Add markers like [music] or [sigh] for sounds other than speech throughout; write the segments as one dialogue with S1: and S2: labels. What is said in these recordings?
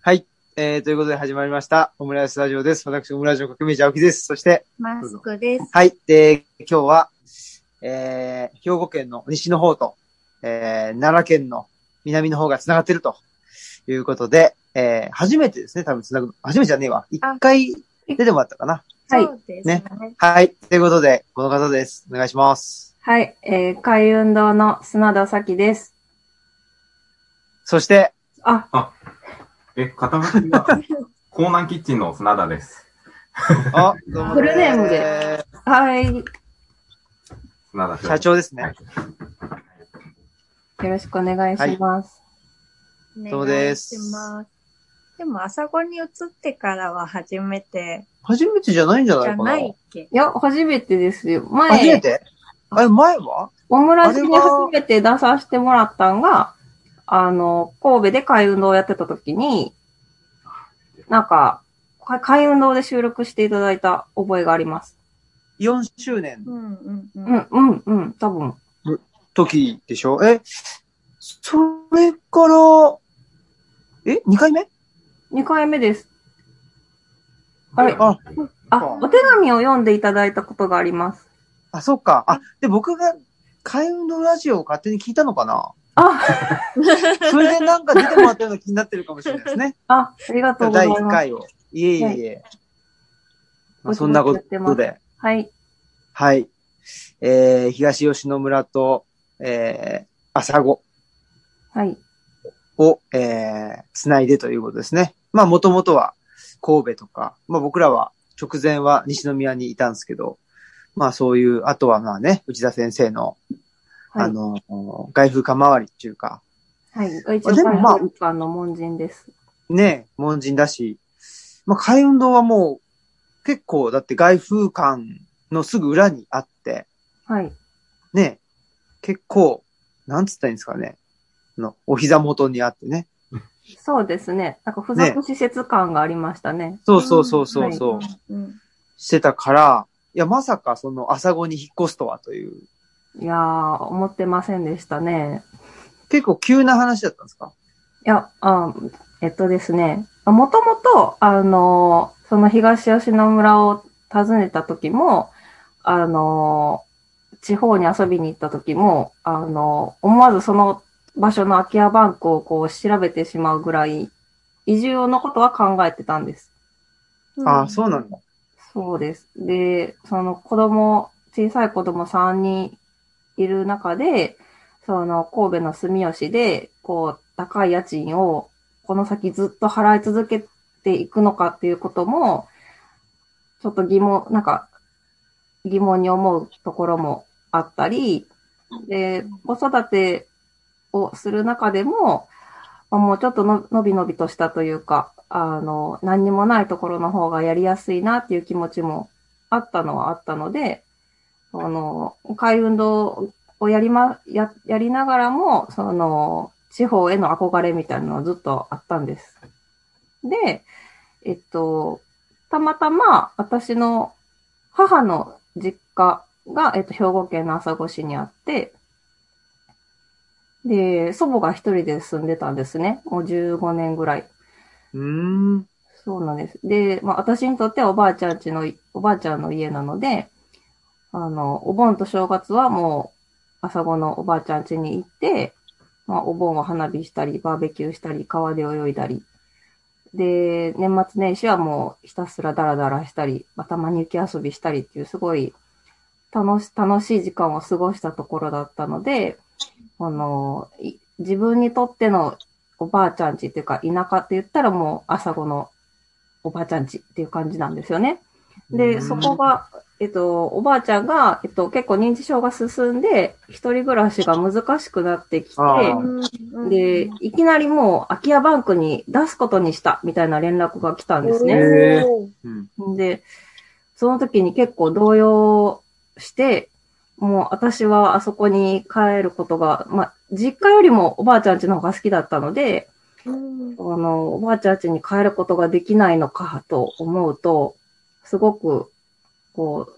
S1: はい。えー、ということで始まりました。オムライスラジオです。私、オムライスの革命者、青木です。そして、
S2: マスクです。
S1: はい。で、今日は、えー、兵庫県の西の方と、えー、奈良県の南の方が繋がってるということで、えー、初めてですね、多分繋ぐの。初めてじゃねえわ。一回出てもらったかな。
S3: はい
S2: そうですね。
S1: はい。ということで、この方です。お願いします。
S3: はい、えー、海運動の砂田咲です。
S1: そして、
S3: あ、
S4: え、肩書き
S1: [laughs]
S4: が、コーナーキッチンの砂田です。
S1: あ、どうも
S3: フルネームで
S1: え
S3: はい、よ
S4: 砂田
S1: ー社長ですね。
S3: ろしくお願いします。
S1: そうです
S2: お願いします。でも、朝子に移ってからは初めて
S1: 初めてじゃないんじゃ
S2: じ
S1: ない
S2: ゃ
S1: かな
S2: な。いっけ
S3: い、や、初めてですよ。
S1: 初め
S3: 前、
S1: てあれ、前は
S3: オムラジに
S1: あれは
S3: 初めて出させてもらったんが、あの、神戸で海運動をやってた時に、なんか、か海運動で収録していただいた覚えがあります。
S1: 4周年
S2: うんうんう。
S3: うんん、うん、うん、多分。
S1: 時でしょえ、それから、え、2回目
S3: 2回目です。あれ
S1: あ、
S3: あ、お手紙を読んでいただいたことがあります。
S1: あ、そっか。あ、で、僕が、海運動ラジオを勝手に聞いたのかな
S3: あ、
S1: それでなんか出てもらったような気になってるかもしれないです
S3: [laughs]
S1: ね。
S3: あ、ありがとうござい
S1: 第1。
S3: ます
S1: 回を。いえいえいえ。まあそんなこ
S3: ぼちぼちやってま
S1: と
S3: す
S1: で。
S3: はい。
S1: はい。えー、東吉野村と、えー、朝子
S3: はい。
S1: を、えー、つないでということですね。まあ、もともとは神戸とか、まあ僕らは直前は西宮にいたんですけど、まあそういう、あとはまあね、内田先生の、
S3: は
S1: あ
S3: い。
S1: の、外風か回りっていうか、
S3: はい。が一
S1: あ
S3: 応、
S1: でもまあ
S3: 海軍官の門人です。
S1: ね、門人だし、まあ海運動はもう結構、だって外風館のすぐ裏にあって、
S3: はい。
S1: ね、結構、なんつったらいいんですかね、あの、お膝元にあってね。
S3: そうですね。なんか、付属施設感がありましたね。
S1: そうそうそうそうそう。
S2: うん
S1: してたから、いや、まさかその朝子に引っ越すとはという、
S3: いやー、思ってませんでしたね。
S1: 結構急な話だったんですか
S3: いや、あえっとですね。もともと、あのーその東吉野村を訪ねた時も、あのー地方に遊びに行った時も、あのー思わずその場所の空き家バンクをこう調べてしまうぐらい、移住のことは考えてたんです。
S2: うん
S1: ああ、そうなんだ。
S3: そうです。で、その子供、小さい子供3人いる中で、その神戸の住吉で、こう、高い家賃をこの先ずっと払い続けていくのかっていうことも、ちょっと疑問、なんか、疑問に思うところもあったり、で、子育てをする中でも、まあもうちょっとののびのびとしたというか、あの、何にもないところの方がやりやすいなっていう気持ちもあったのはあったので、あの、海運動をやりま、や、やりながらも、その、地方への憧れみたいなのはずっとあったんです。で、えっと、たまたま私の母の実家が、えっと、兵庫県の朝来市にあって、で、祖母が一人で住んでたんですね。もう15年ぐらい。
S1: うーん。
S3: そうなんです。で、まあ、私にとってはおばあちゃんちの、おばあちゃんの家なので、あの、お盆と正月はもう、朝子のおばあちゃん家に行って、まあ、お盆は花火したり、バーベキューしたり、川で泳いだり。で、年末年始はもうひたすらダラダラしたり、まあ、たまに雪遊びしたりっていう、すごい楽し、楽しい時間を過ごしたところだったので、あの、い自分にとってのおばあちゃん家っていうか、田舎って言ったらもう朝子のおばあちゃん家っていう感じなんですよね。で、そこが、えっと、おばあちゃんが、えっと、結構認知症が進んで、一人暮らしが難しくなってきて、
S1: あー
S2: うんうん
S3: で、いきなりもう空き家バンクに出すことにしたみたいな連絡が来たんですね。
S1: へー
S2: おー
S1: うん。
S3: で、その時に結構動揺して、もう私はあそこに帰ることが、まあ、実家よりもおばあちゃん家の方が好きだったので、
S2: うん
S3: あの、おばあちゃん家に帰ることができないのかと思うと、すごく、こ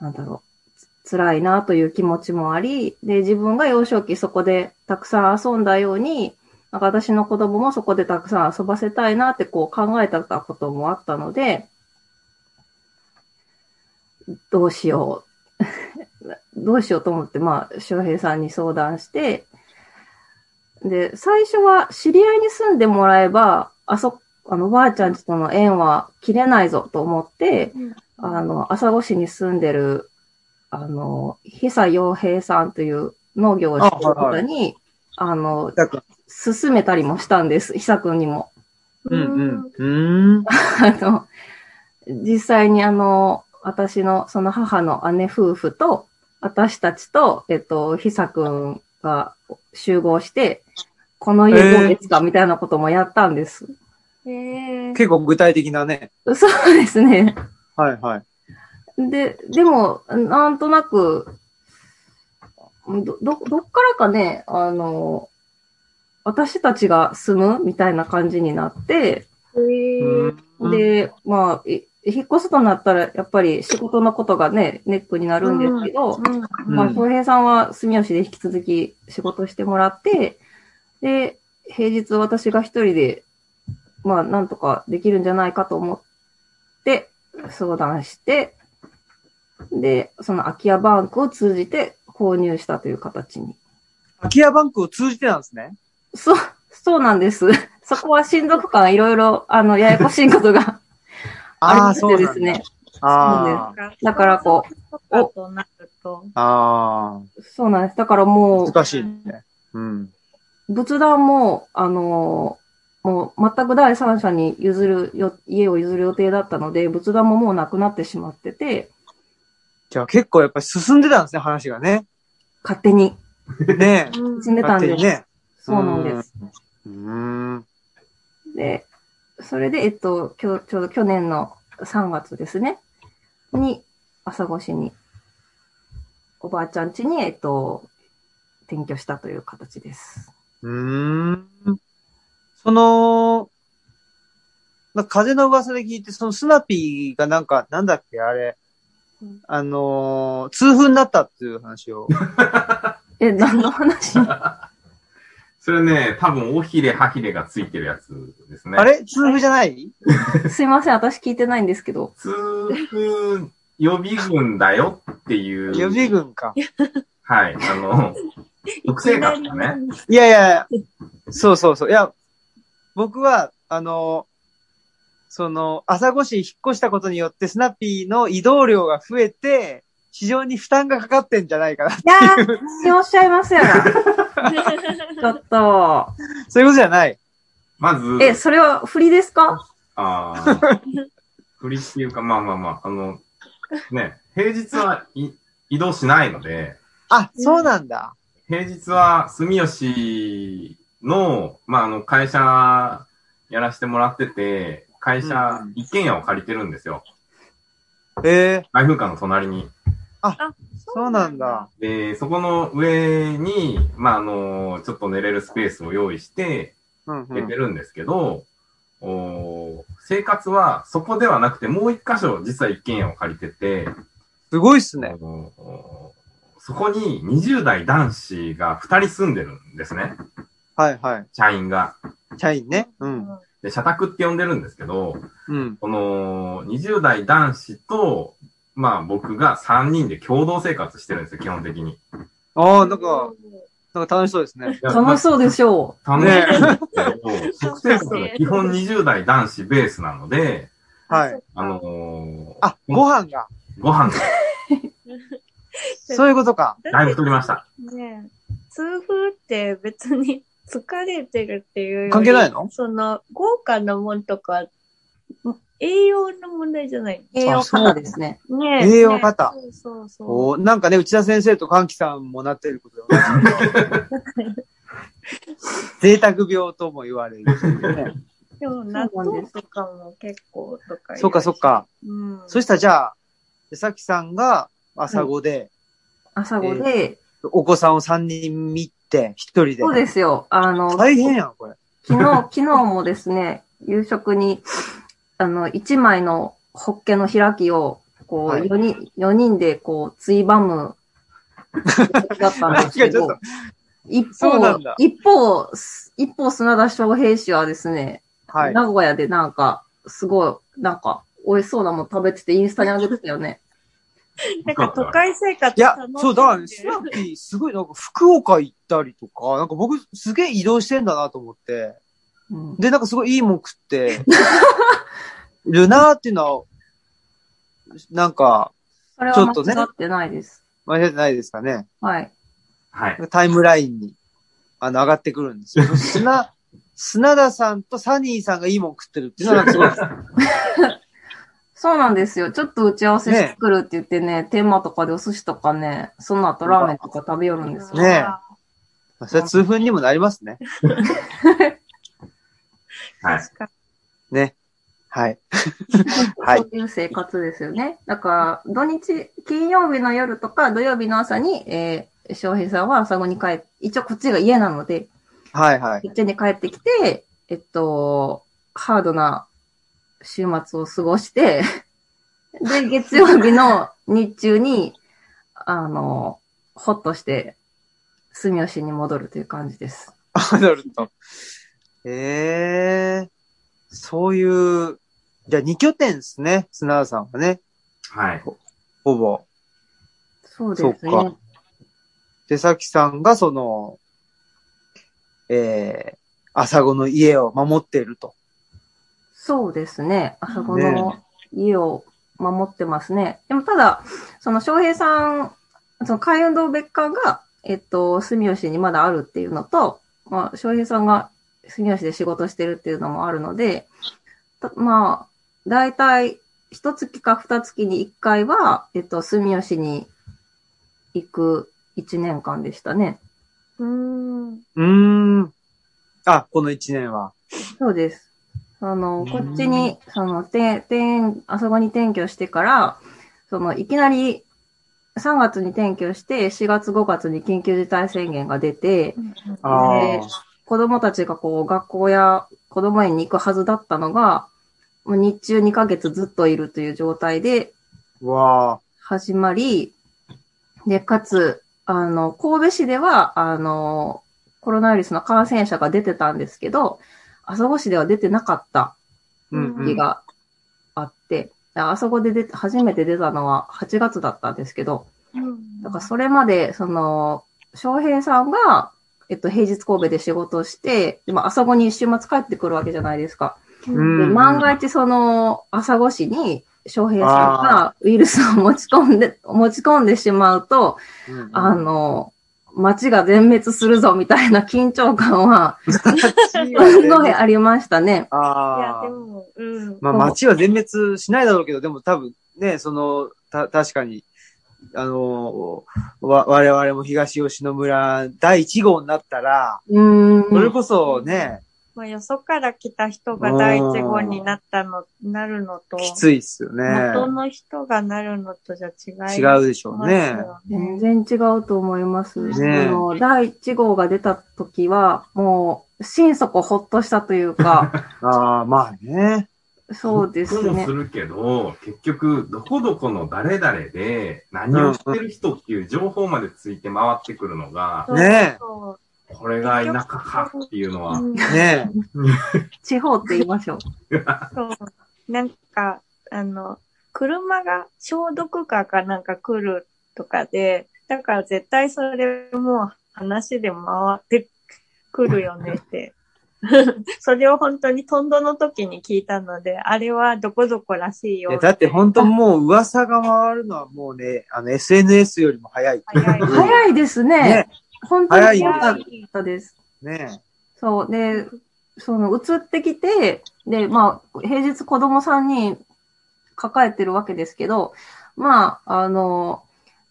S3: う、なんだろう、つ辛いなという気持ちもあり、で、自分が幼少期そこでたくさん遊んだように、なんか私の子供もそこでたくさん遊ばせたいなってこう考えたこともあったので、どうしよう。どうしようと思って、まあ、周平さんに相談して、で、最初は知り合いに住んでもらえば、あそ、あの、ばあちゃんちとの縁は切れないぞと思って、あの、朝来市に住んでる、あの、久洋平さんという農業をしてる方に、あ,、の、
S1: だから
S3: 勧めたりもしたんです。久くんにも。
S1: うんうん。うーん。
S3: あの、実際にあの、私の、その母の姉夫婦と、私たちと、えっと、久くんが集合して、この家どうですか、みたいなこともやったんです。
S2: うん。えー、
S1: 結構具体的なね。
S3: そうですね。
S1: はいはい。
S3: で、でも、なんとなく、ど、ど、どっからかね、あの、私たちが住むみたいな感じになって、
S2: えー、
S1: うん
S3: で、まあ、い引っ越すとなったら、やっぱり仕事のことがね、ネックになるんですけど、
S2: うん
S1: うん
S3: まあ、翔平さんは住吉で引き続き仕事してもらって、で、平日私が一人で、まあ、なんとかできるんじゃないかと思って、相談して、で、その空き家バンクを通じて購入したという形に。
S1: 空き家バンクを通じてなんですね。
S3: そう、そうなんです。そこは親族間いろいろ、あの、ややこしいことがありましてですね。
S1: あー
S3: だからこ
S2: う。とかとなると、
S1: あ
S3: そうなんです。だから
S1: ー。
S3: もう、
S1: 難しいね。うん。
S3: 仏壇も、あのーもう全く第三者に譲るよ、家を譲る予定だったので、仏壇ももうなくなってしまってて、
S1: じゃあ結構やっぱり進んでたんですね、話がね。
S3: 勝手に
S1: ねえ。
S2: うん
S3: 進んでたん
S1: 勝手
S3: です。
S1: にね。
S3: そうなんです。
S1: うーん。
S3: で、それで、えっと、きょちょうど去年の3月ですね、に、朝越しに、おばあちゃん家に、えっと、転居したという形です。
S1: うーん。その、な風の噂で聞いて、そのスナピーがなんか、なんだっけ、あれ
S2: うん。
S1: あのー痛風になったっていう話を。
S3: え、何
S1: [laughs]
S3: の話
S4: それね、多分、おひれ、はひれがついてるやつですね。
S1: あれ痛風じゃない
S3: すいません、私聞いてないんですけど。
S4: 通風予備軍だよっていう。
S1: 予備軍か。
S4: はい。あの、特性があったね。
S1: いやいや、そうそうそう。いや、僕は、あの、その、朝越しに引っ越したことによって、スナピーの移動量が増えて、市場に負担がかかってんじゃないかな。
S3: いやー、信用しちゃいますよ。ちょっと。
S1: [laughs] そういうことじゃない。
S4: まず、
S3: え、それは振りですか
S4: あ
S1: [laughs]
S4: あ。振りっていうか、まあまあまあ、あの、ね、平日はい移動しないので、
S1: あ、そうなんだ。
S4: 平日は住吉の、まああの、会社やらせてもらってて、会社
S1: うん、
S4: 一軒家を借りてるんですよ。
S1: ええ
S4: 外風館の隣に。
S1: [laughs] そうなんだ。。
S4: で、そこの上に、まああの、ちょっと寝れるスペースを用意して、
S1: うんう
S4: 出て
S1: ん。
S4: るんですけど、おー生活はそこではなくて、もう一箇所、実は一軒家を借りてて、
S1: すごいっすね。
S4: おーそこに20代男子が2人住んでるんですね、
S1: はいはい。
S4: 社員が。
S1: 社員ね。う。
S2: うんん。
S4: で、社宅って呼んでるんですけど、
S1: うん。
S4: この20代男子と、まあ僕が3人で共同生活してるんですよ、基本的に。
S1: ああ、なんか、、なんか楽しそうですね。
S3: 楽しそうでしょ
S4: 楽しいんですけど、食生活が基本20代男子ベースなので、
S1: はい。
S4: あのー
S1: あ、ご飯が。
S4: ご飯が
S1: そういうことか。
S4: だいぶ太りました。
S2: ねえ痛風って別に [laughs] 疲れてるっていうより
S1: 関係ないの
S2: その、豪華なもんとか、栄養の問題じゃない。
S3: う。栄養過多ですね。
S2: ね
S1: 栄養過多
S2: ねえそうそうそ
S1: おーなんかね、内田先生と関木さんもなってることだよね。 [laughs] 贅沢病とも言われる、ね。
S2: う。でも納豆とかも結構とか。
S1: そっかそっ。か。
S2: うん。
S1: そしたらじゃあ、さきさんが朝子で、
S3: 朝ごで、
S1: お子さんを3人見て、1人で。
S3: そうですよ。あの、
S1: 大変やん、これ。
S3: 昨日、昨日もですね、夕食に、あの、一枚のホッケの開きを、こ
S1: は
S3: う、
S1: い
S3: 四人、四人で、こう、ついばむ、だったんです
S1: 話が [laughs]
S3: け
S1: ちょっ
S3: ど
S1: と、
S3: 一
S1: そうなん
S3: 方
S1: だ、
S3: 一方、す一方、砂田翔平氏はですね、
S1: はい。
S3: 名古屋でなんか、すごい、なんか、美味しそうなもの食べてて、インスタに上げてたよね。
S2: なんか都会生
S1: い
S2: 活
S1: や
S2: 楽しん、で
S1: そう、だからね、スナッピーすごいなんか福岡行ったりとか、なんか僕すげえ移動してんだなと思って、
S3: うん。
S1: で、なんかすごいいいもん食って、
S2: [laughs]
S1: るなーっていうのは、なんか、
S3: それ
S1: ち
S3: は
S1: ょっとね
S3: 間違ってないです。
S1: 間違ってないですかね。
S3: はい。
S4: はい。
S1: タイムラインに、あの、上がってくるんですよ。
S2: [laughs]
S1: 砂、砂田さんとサニーさんがいいもん食ってるっていうのはなんかす
S2: [laughs]
S1: ごい、
S3: そうなんですよ。ちょっと打ち合わせしてくるって言ってね、テーマとかでお寿司とかね、その後ラーメンとか食べよるんですよ。
S1: ねまあそれは痛風にもなりますね。
S4: はい。
S2: 確か
S1: ね。はい。
S3: [laughs]
S1: はい
S3: そういう生活ですよね。だから、土日、金曜日の夜とか土曜日の朝に、えー、翔平さんは朝後に帰って、一応こっちが家なので、
S1: はいはい。
S3: こっちに帰ってきて、えっと、ハードな週末を過ごして、 [laughs] で、月曜日の日中に、あの、ほっとして、住吉に戻るという感じです。
S1: アダルト。ええー、そういう、じゃあ2拠点ですね、砂田さんはね、
S4: はい。
S1: ほぼ。
S3: そうです
S1: そう
S3: ね。
S1: で、さきさんがその、えー、朝子の家を守っていると。
S3: そうですね。あそこ
S1: ね
S3: の家を守ってますね。でもただ、その翔平さん、その海運堂別館が、えっと、住吉にまだあるっていうのと、まあ、翔平さんが住吉で仕事してるっていうのもあるので、たまあ、だいたい一月か二月に一回は、えっと、住吉に行く一年間でしたね。
S2: に。うーん。
S1: うーん。あ、この一年は。
S3: そうです。あ
S1: う
S3: の、
S1: ん
S3: こっちに、その、て、てあそこに転居してから、その、いきなり、3月に転居して、4月5月に緊急事態宣言が出て、
S1: あ
S3: ね
S1: あ。
S3: 子供たちがこう、学校や子供園に行くはずだったのが、もう日中2ヶ月ずっといるという状態で
S1: わあ。
S3: 始まり、で、かつ、あの、神戸市では、あの、コロナウイルスの感染者が出てたんですけど、あそこ市では出てなかった。
S1: うん、う
S3: 日
S1: ん。
S3: があって、ああそこで出て初めて出たのは8月だったんですけど、
S2: うん
S3: だからそれまで、その、翔平さんが、えっと、平日神戸で仕事をして、でも朝子に週末帰ってくるわけじゃないですか。
S1: うん
S3: で、
S2: [laughs]
S3: 万が一その、朝子市に翔平さんがウイルスを持ち込んで、持ち込んでしまうと、
S1: うんうん
S3: あ、の、街が全滅するぞみたいな緊張感は、 [laughs] すごいありましたね。
S2: いや、
S1: [laughs] あ
S2: で
S1: あ。
S2: も、うん。
S1: まあ、街は全滅しないだろうけど、でも多分ね、その、た、確かに、あのーわ、我々も東吉野村第1号になったら、
S3: うーん。
S1: それこそね、
S2: まあ、よそから来た人が第一号になったの、なるのと、
S1: きついっすよね。
S2: 元の人がなるのとじゃ違います
S1: 違
S2: よ
S1: うでしょうね。
S3: 全然違うと思います。
S1: ねえ
S3: あの第1号が出た時は、もう、心底ほっとしたとい
S1: [laughs]
S3: うか、
S1: ああ、まあ
S2: [laughs]
S1: ね。
S3: そうです
S4: 僕も
S3: ね
S4: す。るけど、結局、どこどこの誰々で何をしてる人っていう情報までついて回ってくるのが、
S2: そう
S1: ね
S2: そ
S4: これが田舎かっていうの
S2: う
S4: は、
S2: うん
S1: ね
S3: 地方って言いましょう。
S2: そう。なんか、あの、車が消毒カーかなんか来るとかで、だから絶対それもう話で回ってくるよねって。 [laughs] それを本当にトンドの時に聞いたので、あれはどこどこらしい
S1: え。い
S2: よ
S1: や。だって本当もう噂が回るのはもうね、あの SNS よりも早い。
S2: 早い。
S3: 早いですね。
S1: ね。
S3: 本当に
S1: 早い
S3: 早か
S2: 早
S3: っ
S2: い
S3: たです。
S1: ね
S3: そう。で、その、移ってきて、で、まあ、平日子供3人抱えてるわけですけど、まあ、あの、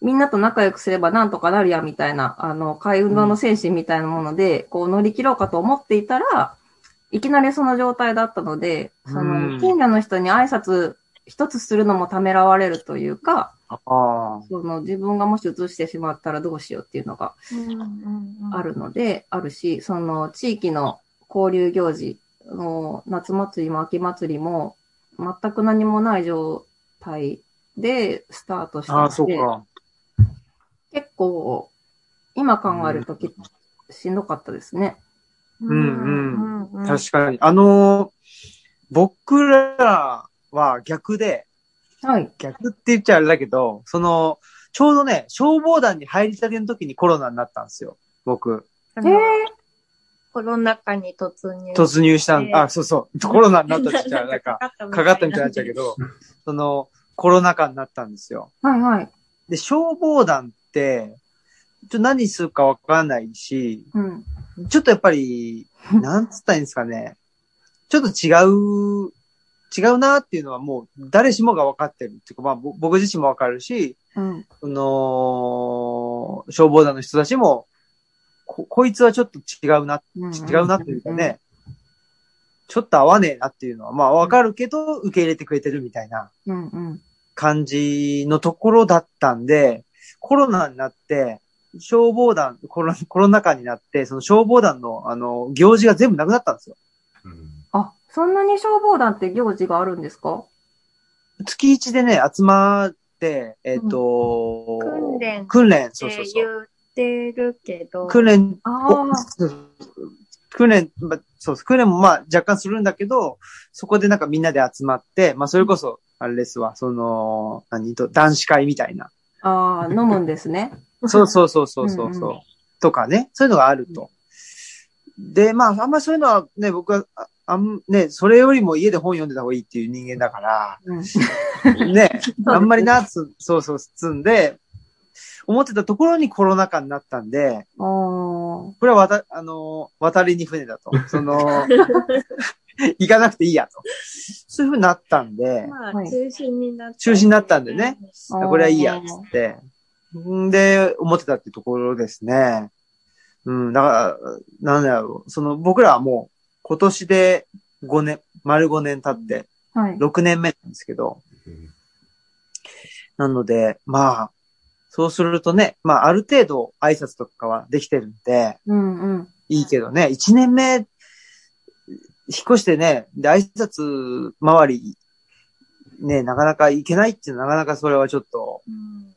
S3: みんなと仲良くすればなんとかなるや、みたいな、あの、海運動の精神みたいなもので、こう乗り切ろうかと思っていたら、いきなりその状態だったので、そ
S1: うん
S3: の、近所の人に挨拶一つするのもためらわれるというか、
S1: ああ。
S3: その、自分がもし移してしまったらどうしようっていうのが
S2: うんうんうん
S3: あるので、あるし、その地域の交流行事の夏祭りも秋祭りも全く何もない状態でスタートした
S1: ああ、そ
S3: の
S1: う
S3: で、
S1: か。
S3: 結構今考えるときしんどかったですね。
S1: うん
S2: うん。
S1: 確かに。あのー僕らは逆で、
S3: はい。
S1: 逆って言っちゃあれだけど、その、ちょうどね、消防団に入りたての時にコロナになったんですよ。僕、
S2: あ
S3: え
S2: の
S3: え
S2: コロナ禍に突入。
S1: 突入したん、
S2: えー
S1: あ、そうそう、コロナになったって言っち
S2: [laughs]
S1: ゃ、なんか、
S2: ったみ
S1: かかったみたいになっちゃうけど、その、コロナ禍になったんですよ。
S3: はいはい。
S1: で、消防団って、ちょっと何するかわからないし、
S3: うん。
S1: ちょっとやっぱり、なんつったらいいんですかね。ちょっと違う、違うなっていうのはもう誰しもが分かってるっていうか、まあぼ僕自身も分かるし、
S3: うん。
S1: その、消防団の人たちも、こ、こいつはちょっと違うな、違うなっていうかね、ちょっと合わねえなっていうのは、まあ分かるけど、受け入れてくれてるみたいな
S3: うんうん。
S1: 感じのところだったんで、コロナになって、消防団、コロナ、コロナ禍になって、その消防団の、あの、行事が全部なくなったんですよ。
S4: うん
S3: あ、そんなに消防団って行事があるんですか
S1: 月一でね、集まって、えっ、と、
S2: 訓練
S1: 訓練、そう
S2: っ
S1: そ
S2: て
S1: うそ
S2: 言
S1: う。
S2: ってるけど。
S1: 訓練
S3: あ
S1: を、そうそう訓練、ま、そうそう、訓練もまあ若干するんだけど、そこでなんかみんなで集まって、まあそれこそ、あれですわ、その、何と、男子会みたいな。
S3: あ、ああ、飲むんですね。
S1: そうそうそうそうそうそう、
S3: うんう
S1: とかね、そういうのがあると。で、まああんまそういうのはね、僕は、ああんね、それよりも家で本読んでた方がいいっていう人間だ
S3: [laughs]
S1: から、 [laughs]
S3: うん。
S1: ね、あんまりな、つ、そうそう、つんで、思ってたところにコロナ禍になったんで、
S3: あ
S1: これはわた、あのー、渡りに船だと。その、行かなくていいやと。そういう風になったんで、
S2: まあ、
S3: はい
S2: 中止になった。
S1: 中止になったんでね。
S3: あー。
S1: これはいいや、つって。んで、思ってたってところですね。うん、だから、なんだろう。その、僕らはもう、今年で5年、丸5年経って、
S3: はい。
S1: 6年目なんですけど、なので、まあ、そうするとね、まあ、ある程度挨拶とかはできてるんで、
S3: うんうん。
S1: いいけどね、1年目、引っ越してね、で、挨拶周り、ね、なかなか行けないっていうのは、なかなかそれはちょっと
S2: うん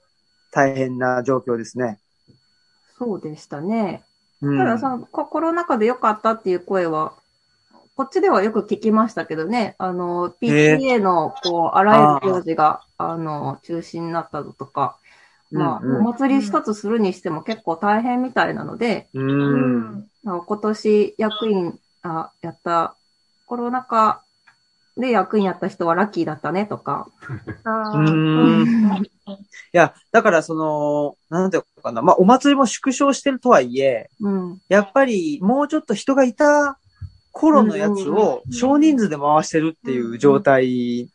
S1: 大変な状況ですね。
S3: そうでしたね。
S1: う
S3: ただ
S1: ん。
S3: その、ココロナ禍で良かったっていう声は、こっちではよく聞きましたけどね、あの、
S1: へえ
S3: PTA の、こう、あらゆる行事が、あの、中止になったのとか、まあ、
S1: うんうん
S3: お祭り一つするにしても結構大変みたいなので、
S1: う。
S2: うんん。
S3: あの今年役員、あ、やった、コロナ禍で役員やった人はラッキーだったねとか、
S2: あ
S1: う
S2: ー
S1: ん。いや、だからその、なんていうのかな、まあ、お祭りも縮小してるとはいえ、
S3: うん、
S1: やっぱりもうちょっと人がいた頃のやつを少人数で回してるっていう状態、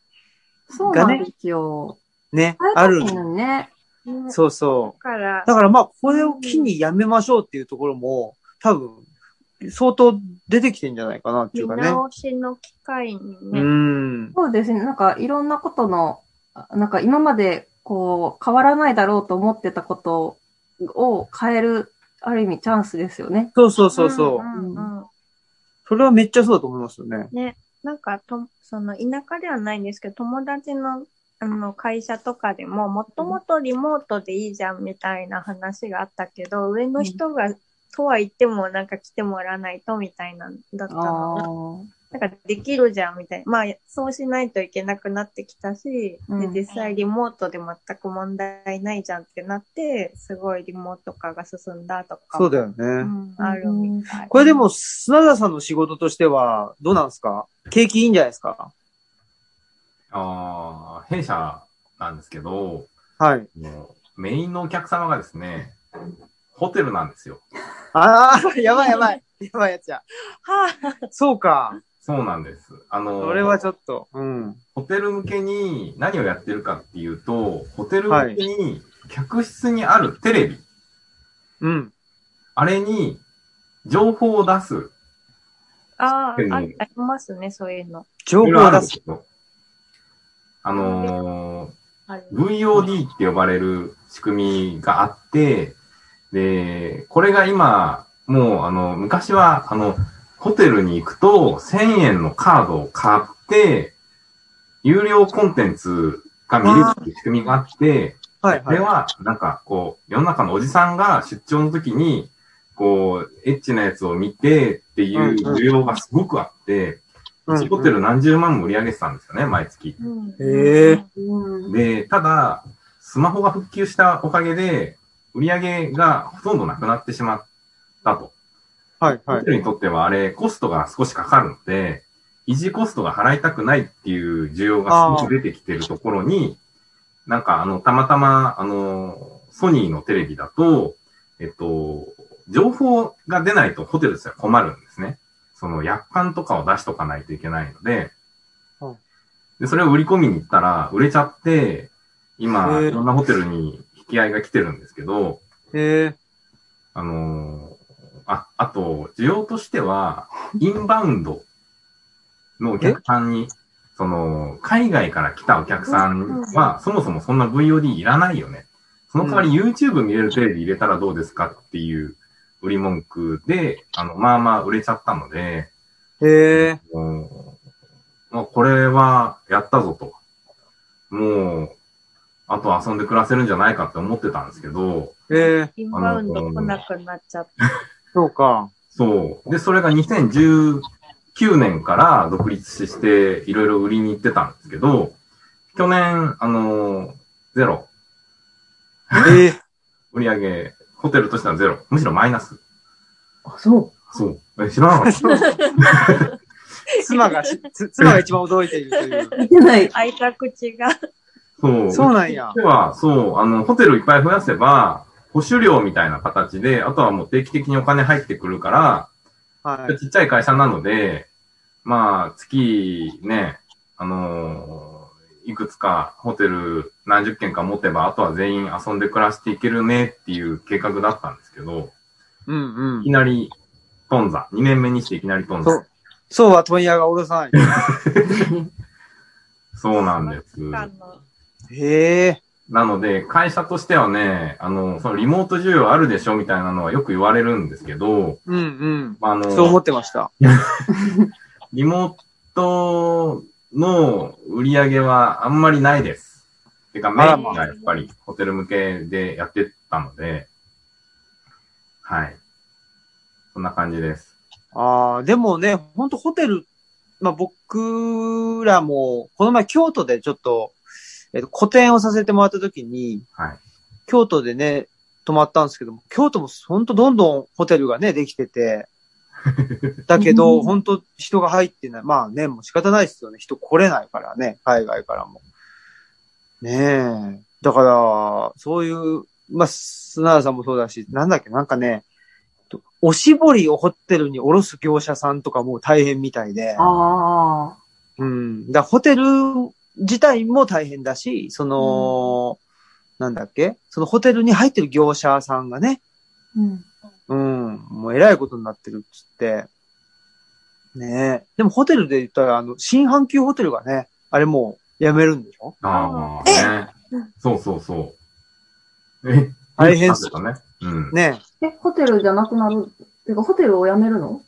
S3: そうなんですよ。
S1: ね、あ
S3: あ
S1: る
S3: る。。ね。
S2: うん
S1: そうそ
S2: だから
S1: う。、だからまあ、これを機にやめましょうっていうところも、多分、相当出てきてんじゃないかなってい
S2: 見
S1: うかね。
S2: 直しの機会に
S1: う
S2: ね。
S1: ん。
S3: そうですね。なんかいろんなことの、あなんか今までこう変わらないだろうと思ってたことを変える、ある意味チャンスですよね。
S1: そうそうそうそう。
S2: んうんうん
S1: それはめっちゃそうだと思いますよね。
S2: ね、なんかと、その田舎ではないんですけど、友達のあの会社とかでも、もともとリモートでいいじゃんみたいな話があったけど、上の人が、とは言ってもなんか来てもらわないとみたいなんだったのでなんかできるじゃんみたいな。まあ、そうしないといけなくなってきたし、
S3: うん
S2: で、実際リモートで全く問題ないじゃんってなって、すごいリモート化が進んだとか。
S1: そうだよね。
S2: うんあるみたい。
S1: これでも、砂田さんの仕事としては、どうなんですか景気いいんじゃないですか
S4: あー弊社なんですけど、
S1: はい。
S4: もうメインのお客様がですね、ホテルなんですよ。
S1: ああ、やばいやばい。やばいやつや。
S2: はぁ、
S1: そうか。
S4: そうなんです。あの、
S1: それはちょっと。うん。
S4: ホテル向けに何をやってるかっていうと、ホテル向けに客室にあるテレビ、
S1: うん。
S4: あれに情報を出す。
S2: あ
S4: で
S2: ー
S4: も
S2: あ、ありますね、そういうの。
S1: 情報
S4: いろいろあ
S1: を
S4: るん
S1: 出。
S4: ですすけどあのー、
S2: ある
S4: VOD って呼ばれる仕組みがあって、で、これが今、もうあの、昔は、あの、ホテルに行くと1000円のカードを買って、有料コンテンツが見るっていう仕組みがあって、
S1: はい
S4: これ
S1: はい。
S4: は、なんかこう、世の中のおじさんが出張の時に、こう、エッチなやつを見てっていう需要がすごくあっ
S1: う
S4: て、
S1: ん
S4: 1ホテル何十万も売り上げてたんですよね、毎月。
S2: うん
S1: へえ
S3: うん。
S4: で、ただ、スマホが復旧したおかげで、売り上げがほとんどなくなってしまったと。
S1: はい、
S4: ホ
S1: はい
S4: テ。ルにとってはあれ、コストが少しかかるので、維持コストが払いたくないっていう需要がすごく出てきてるところに、なんかあの、たまたま、あの、ソニーのテレビだと、えっと、情報が出ないとホテルとしては困るんですね。その、約款とかを出しとかないといけないので
S1: うん、
S4: で、それを売り込みに行ったら、売れちゃって、今、
S1: へー
S4: いろんなホテルに引き合いが来てるんですけど、
S1: へえ
S4: あのーあ、あと、需要としては、インバウンドのお客さんに、その、海外から来たお客さんは、そもそもそんな VOD いらないよね。その代わり YouTube 見れるテレビ入れたらどうですかっていう売り文句で、あの、まあまあ売れちゃったので、
S1: へえ
S4: もうまあ、これはやったぞと。もう、あと遊んで暮らせるんじゃないかって思ってたんですけど、
S1: へえ
S2: インバウンド来なくなっちゃった。
S1: そう
S4: [laughs]
S1: か。
S4: そう。で、それが2019年から独立して、いろいろ売りに行ってたんですけど、去年、あのーゼロ。
S1: ええ
S4: 売り上げ、ホテルとしてはゼロ。むしろマイナス。
S3: あ、そう。
S4: そう。え知らなか [laughs] った。
S1: 妻がし、つ妻が一番驚いているという。
S3: いけ [laughs] ない。
S2: 開いた口が。
S4: そう。
S1: そうなんや
S4: うちとしては、そう、あの、ホテルいっぱい増やせば、保守料みたいな形で、あとはもう定期的にお金入ってくるから、
S1: はい。
S4: ちっちゃい会社なので、まあ、月ね、あのーいくつかホテル何十軒か持てば、あとは全員遊んで暮らしていけるねっていう計画だったんですけど、
S1: うんう
S4: い
S1: ん
S4: き。なり頓挫。2年目にしていきなり頓
S1: そ
S4: 挫
S1: う。そうは問屋がおろさない。
S4: そうなんです。
S2: あの
S1: へえ
S4: なので、会社としてはね、あの、そのリモート需要あるでしょみたいなのはよく言われるんですけど、
S1: うん
S4: まああの
S1: うん。そう思ってました。
S4: リモートの売り上げはあんまりないです。てか、メ
S1: あ
S4: イ
S1: ら
S4: ン
S1: まあ
S4: がやっぱりホテル向けでやってたので、はい。そんな感じです。
S1: ああ、でもね、ほんとホテル、まあ僕らも、この前京都でちょっと、えっと、個展をさせてもらった時に、
S4: はい。
S1: 京都でね、泊まったんですけども、京都もほんとどんどんホテルがね、できてて、だけど、ほんと人が入ってない。まあね、もう仕方ないですよね。人来れないからね、海外からも。ねえ。だから、そういう、まあ、砂原さんもそうだし、なんだっけ、なんかね、とおしぼりをホテルにおろす業者さんとかも大変みたいで、
S3: あ
S1: うん。だからホテル自体も大変だし、その、なんだっけそのホテルに入ってる業者さんがね、
S3: ー。うん。
S1: うん、もうえらいことになってるっつって。ねえ。でもホテルで言ったら、あの、新阪急ホテルがね、あれもうやめるんでしょ
S4: ああ、ね。そうそうそう。え
S1: 大変っす
S4: だね。うん。
S1: ね
S3: え、ホテルじゃなくなるてか、ホテルを辞めるの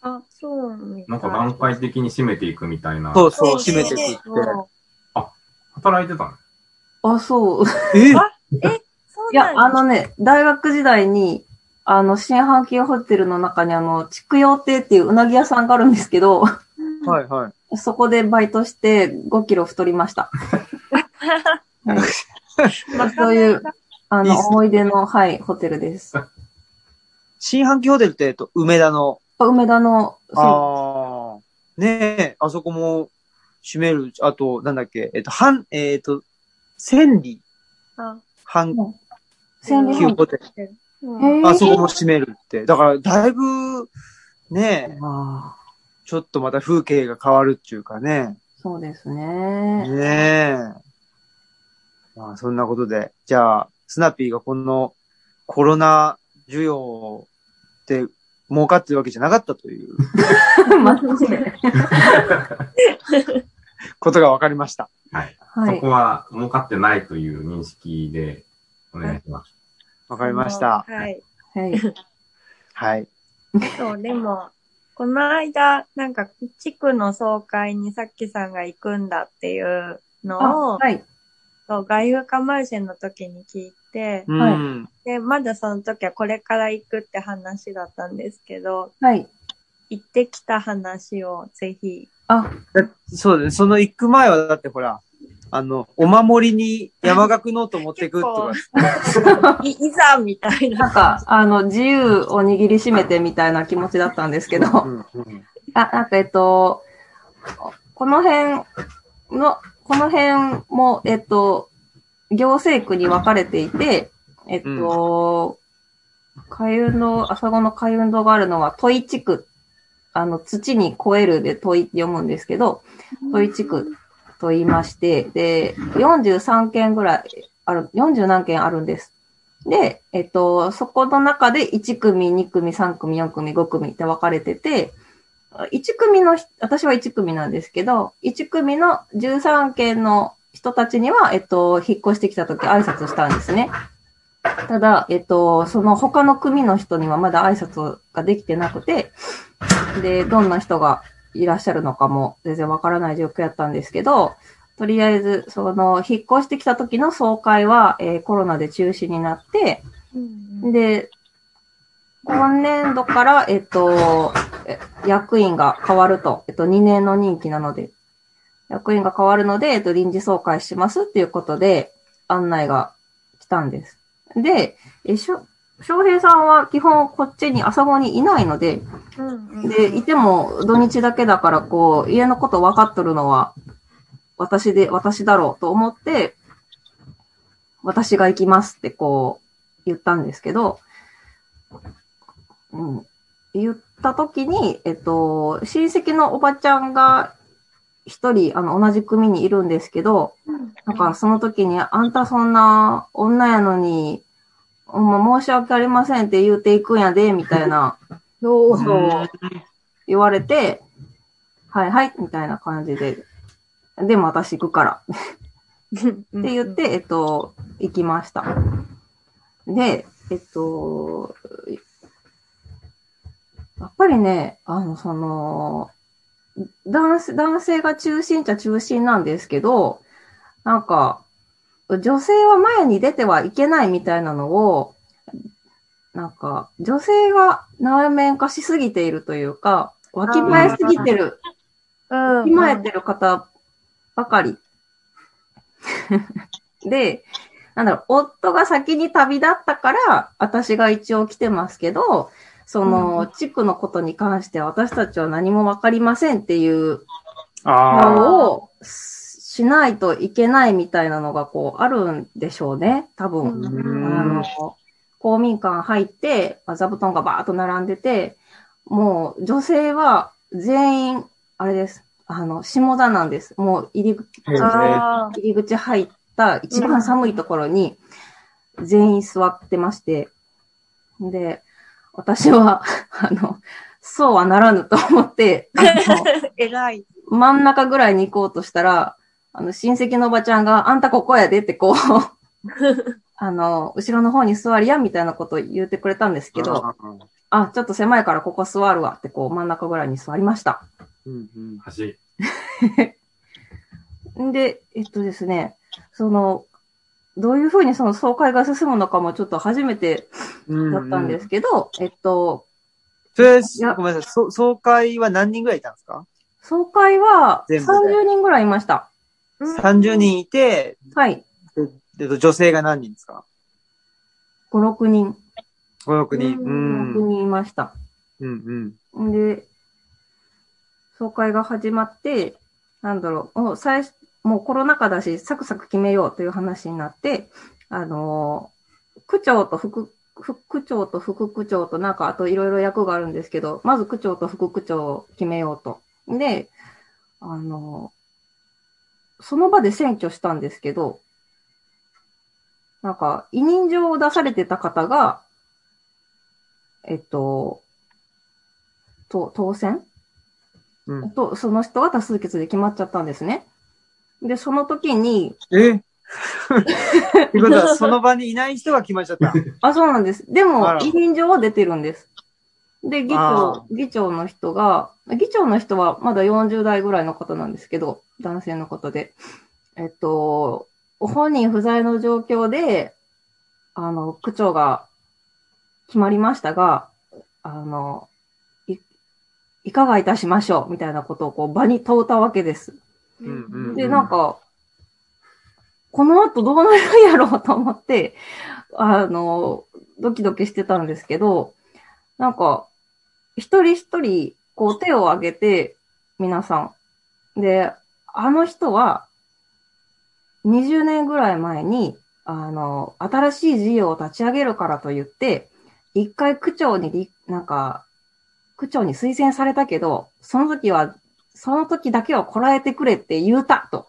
S2: あ、そうみた。
S4: ないんか段階的に締めていくみたいな
S1: え。。そうそう、閉
S5: そう
S1: め
S5: で
S1: て
S5: す
S1: くっ
S5: ね
S1: て。
S2: そ
S4: 働いてたの
S3: あ、そう。
S1: え
S2: う
S3: いや、
S2: な
S3: あ
S2: ん
S3: のね、大学時代に、あの、新阪急ホテルの中に、あの、畜養亭っていううなぎ屋さんがあるんですけど、
S1: はいはい。
S3: そこでバイトして5キロ太り
S1: [laughs]
S3: ました。
S2: です
S3: そういう、あ
S1: いいっ
S3: の、
S1: すね
S3: 思い出の、はい、ホテルです。あ
S1: 新阪急ホテルって、えっと、梅田の。
S3: 梅田の、そ
S1: ああ。ねえ、あそこも閉める。あと、なんだっけ、えっと、半、えっと、千里、
S2: あ
S1: 阪
S3: う、千
S1: 急
S3: 里
S1: ホテル。
S2: うん
S3: へー
S1: あそこも閉めるって。だから、だいぶ、ねえ、
S3: ああ、
S1: ちょっとまた風景が変わるっていうかね。
S3: そうで
S1: [laughs]
S3: すね。
S1: ねえ。まあ、そんなことで。じゃあ、スナピーがこのコロナ需要で儲かってるわけじゃなかったという
S3: 全くね
S1: ことが分かりました。
S4: はい。
S3: は
S4: そ
S3: い
S4: こ。は儲かってないという認識でお願いします。
S1: わかりました。
S2: はい。
S3: はい。
S1: はい。
S2: そう、でも、この間、なんか、地区の総会にさっきさんが行くんだっていう
S3: あ
S2: のを、
S3: はい。
S2: そう、外遊カマルシェの時に聞いて、
S1: う
S3: はい
S1: ん。
S2: で、まだその時はこれから行くって話だったんですけど、
S3: はい。
S2: 行ってきた話をぜひ、
S3: あ、
S1: だそうだね。その行く前は、だってほら、あの、お守りに山岳ノート持ってくとか、
S2: いいざみたい
S3: なん
S2: な。
S3: か、あの、自由を握りしめてみたいな気持ちだったんですけど、
S1: う
S3: あ、
S1: んうん
S3: なんかえっと、この辺の、この辺も、えっと、行政区に分かれていて、えっと、海運動、朝後の海運動があるのは、都井地区。あの、土に越えるで都井って読むんですけど、都井地区と言いまして、で、43件ぐらいある、40何件あるんです。で、えっと、そこの中で1組、2組、3組、4組、5組って分かれてて、1組のひ、私は1組なんですけど、1組の13件の人たちには、えっと、引っ越してきた時挨拶したんですね。ただ、えっと、その他の組の人にはまだ挨拶ができてなくて、で、どんな人がいらっしゃるのかも全然わからない状況やったんですけど、とりあえず、その、引っ越してきた時の総会は、えーコロナで中止になって、
S2: うん
S3: で、今年度から、えっと、え役員が変わると、えっと、2年の任期なので、役員が変わるので、えっと、臨時総会しますっていうことで、案内が来たんです。で、え、しょ、翔平さんは基本こっちに朝ごにいないので、
S2: うんうん
S3: で、いても土日だけだから、こう、家のこと分かっとるのは、私で、私だろうと思って、私が行きますってこう、言ったんですけど、うん。言った時に、えっと、親戚のおばちゃんが、一人、あの、同じ組にいるんですけど、なんか、その時に、あんたそんな女やのに、ほんま申し訳ありませんって言うていくんやで、みたいな。
S2: どう
S3: そう。言われて、はいはい、みたいな感じで、でも私行くから、
S2: っ
S3: って言っ、て、えっと、行きました。で、えっと、やっぱりね、あの、その、男性、男性が中心っちゃ中心なんですけど、なんか、女性は前に出てはいけないみたいなのを、なんか、女性が内面化しすぎているというか、わきまえすぎてる
S2: うん
S3: わきまえてる方ばかり。 [laughs] で、なんだろう、夫が先に旅立ったから、私が一応来てますけど、その、地区のことに関しては私たちは何もわかりませんっていう
S1: ああ。
S3: のをしないといけないみたいなのがこうあるんでしょうね、多
S2: う
S3: 分。
S2: ん
S3: あ
S1: うん
S3: の、公民館入って、まあ座布団がバーっと並んでて、もう女性は全員、あれです。あの、下田なんです。もう入り口
S1: へえ
S2: あ
S3: 入り口入った一番寒いところに全員座ってまして、で、私は、 [laughs] あの、そうはならぬと思って、あの
S2: ー偉い。
S3: 真ん中ぐらいに行こうとしたら、あの、親戚のおばちゃんが、あんたここやでって
S1: [laughs]
S3: こう、あの、後ろの方に座りや、みたいなこと言ってくれたんですけど、あちょっと狭いからここ座るわってこう、真ん中ぐらいに座りました。
S1: うんうん
S4: 端。
S3: んで、えっとですね、その、どういうふうにその総会が進むのかもちょっと初めて
S1: うん
S3: だ
S1: う
S3: っ
S1: ん
S3: たんですけど、えっと、
S1: それ
S3: いや
S1: ごめんなさい。そ総会は何人ぐらいいたんですか
S3: 総会は
S1: 全部で
S3: 30人ぐらいいました。
S1: ?30 人いて、
S3: はい。
S1: えっと女性が何人ですか
S3: 5、6人。
S1: ?5、6人。
S2: う
S1: うん
S3: 6
S1: ん。
S3: 人いました。
S1: うんうん。
S3: で、総会が始まって、なんだろう、もう最初、もうコロナ禍だし、サクサク決めようという話になって、あのー区長と副、副区長と副区長となんか、あといろいろ役があるんですけど、まず区長と副区長を決めようと。で、あのーその場で選挙したんですけど、なんか、委任状を出されてた方が、えっと、と当選
S1: うん、
S3: と、その人が多数決で決まっちゃったんですね。で、その時に、
S1: えってことは、その場にいない人が決まっちゃった。
S3: あ、そうなんです。で
S1: あ
S3: も、
S1: ら
S3: 委任状は出てるんです。で、議
S1: あ
S3: 長、議長の人が、議長の人はまだ40代ぐらいの方なんですけど、男性の方で。えっと、本人不在の状況で、あの、区長が決まりましたが、あの、い、いかがいたしましょうみたいなことをこう場に問うたわけです。
S1: うんうん
S3: で、なんか、この後どうなるんやろうと思って、あの、ドキドキしてたんですけど、なんか、一人一人、こう手を挙げて、皆さん。で、あの人は、20年ぐらい前に、あの、新しい事業を立ち上げるからと言って、一回区長にり、なんか、区長に推薦されたけど、その時はその時だけはこらえてくれって言うたと。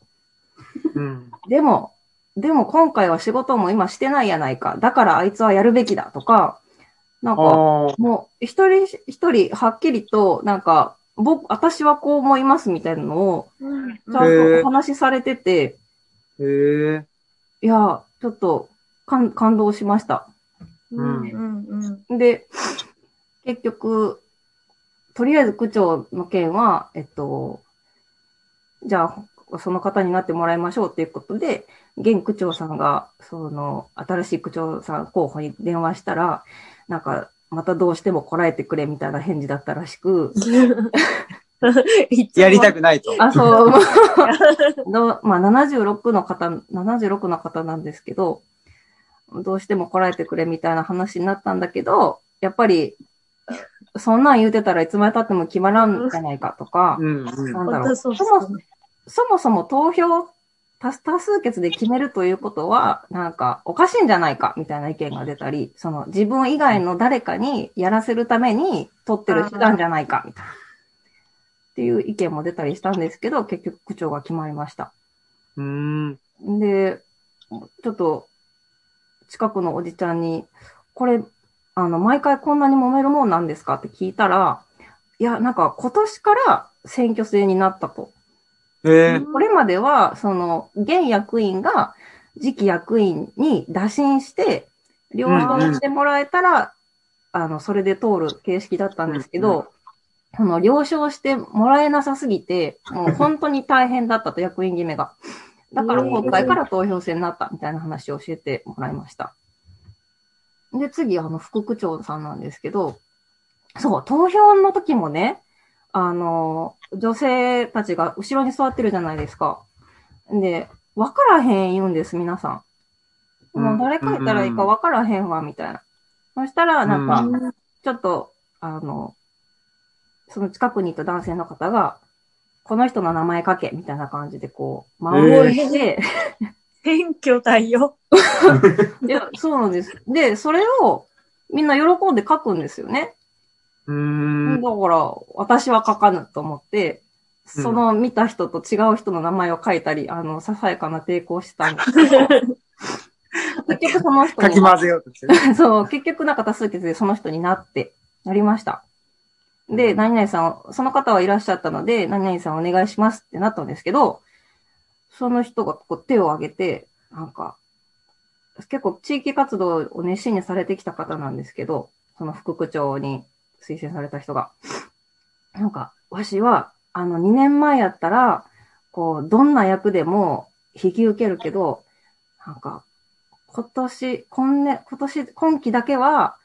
S1: うん。
S3: でも、でも今回は仕事も今してないやないか。だからあいつはやるべきだとか、なんか、
S1: ああ。
S3: もう一人一人はっきりと、なんか、僕、私はこう思いますみたいなのを、
S2: うん
S3: ちゃんとお話しされてて、
S1: へえ。
S3: いや、ちょっと感、感動しました。
S2: うんうん
S3: で、結局、とりあえず区長の件は、えっと、じゃあ、その方になってもらいましょうっていうことで、現区長さんが、その、新しい区長さん候補に電話したら、なんか、またどうしてもこらえてくれみたいな返事だったらしく、
S1: やりた
S2: く
S1: くないと。
S3: [laughs] あ、そう、
S1: [laughs]
S3: の、まあ、76の方、76の方なんですけど、どうしてもこらえてくれみたいな話になったんだけど、やっぱり、そんなん言うてたらいつまで経っても決まらんじゃないかとか、
S1: うんうん。
S3: なんだ
S2: 本
S3: ろ
S2: 当
S3: う。
S2: そ
S3: そうも
S2: そうね。
S3: そもそも投票多多数決で決めるということは、なんかおかしいんじゃないかみたいな意見が出たり、その自分以外の誰かにやらせるために取ってる手段じゃないかみたいな。っていう意見も出たりしたんですけど、結局区長が決まりました。
S1: うん。
S3: で、ちょっと、近くのおじちゃんに、これ、あの、毎回こんなに揉めるもんなんですかって聞いたら、いや、なんか今年から選挙制になったと。
S1: へえ。
S3: これまでは、その、現役員が次期役員に打診して、了承してもらえたら、あの、それで通る形式だったんですけ
S1: うんう
S3: ど、その、了承してもらえなさすぎて、もう本当に大変だったと、役員決め
S1: [laughs]
S3: が。だから今回から投票制になったみたいな話を教えてもらいました。で、次、あの、副区長さんなんですけど、そう、投票の時もね、あの、女性たちが後ろに座ってるじゃないですか。で、わからへん言うんです、皆さん。
S1: うん
S3: もう誰書いたらいいかわからへんわ、みたいな。そしたら、なん
S1: う
S3: か、ちょっと、あの、その近くにいた男性の方が、この人の名前書け、みたいな感じでこう、間を置いて、
S2: 選挙だよ。
S3: いや、そうなんです。で、それをみんな喜んで書くんですよね。
S1: うん。
S3: だから、私は書かぬと思って、
S1: うん
S3: その見た人と違う人の名前を書いたり、あの、ささやかな抵抗をしてた
S1: [laughs]
S3: んですけど、結局その人
S1: かき
S3: に、
S1: 混ぜようとしてね。
S3: [laughs] そう、結局なんか多数決でその人になって、なりました。で、何々さんを、その方はいらっしゃったので、何々さんお願いしますってなったんですけど、その人がこう手を挙げて、なんか、結構地域活動を熱心にされてきた方なんですけど、その副区長に推薦された人が。なんか、わしは、あの、2年前やったら、こう、どんな役でも引き受けるけど、なんか、今年、今年、今年、今期だけは、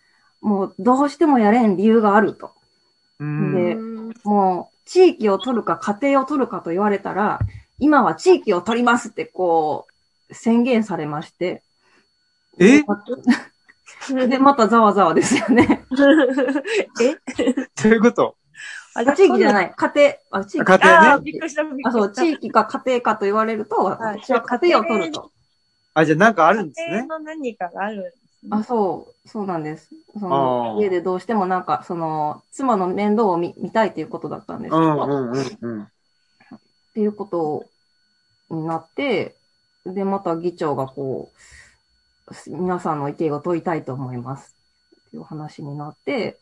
S3: もうどうしてもやれん理由があると。
S1: うん。
S2: [laughs]
S3: でもう、地域を取るか家庭を取るかと言われたら、今は地域を取りますってこう、宣言されまして。
S1: え
S3: で、またざわざわですよね。
S1: [laughs]
S2: え
S1: ということ
S2: あれ
S3: 地域じゃ
S2: い。
S3: ない、家庭、あ、地域
S1: 家
S2: あ
S1: 庭
S2: あ、
S1: ね。
S2: びっくりした、びっくりした。
S3: あ、そう、地域か家庭かと言われると、
S2: はい
S3: 私は家庭を取ると。
S1: あ、じゃあなんかあるんです
S2: 家庭
S1: ね。
S2: の何かがあるんですね
S3: あ、そう、そうなんです。その
S1: あー
S3: 家でどうしてもなんか、その、妻の面倒を見見たいということだったんですけ
S1: う
S3: ど、
S1: んうんうんうん。
S3: っていうことになって、で、また議長がこう、皆さんの意見を問いたいと思います。っていう話になって、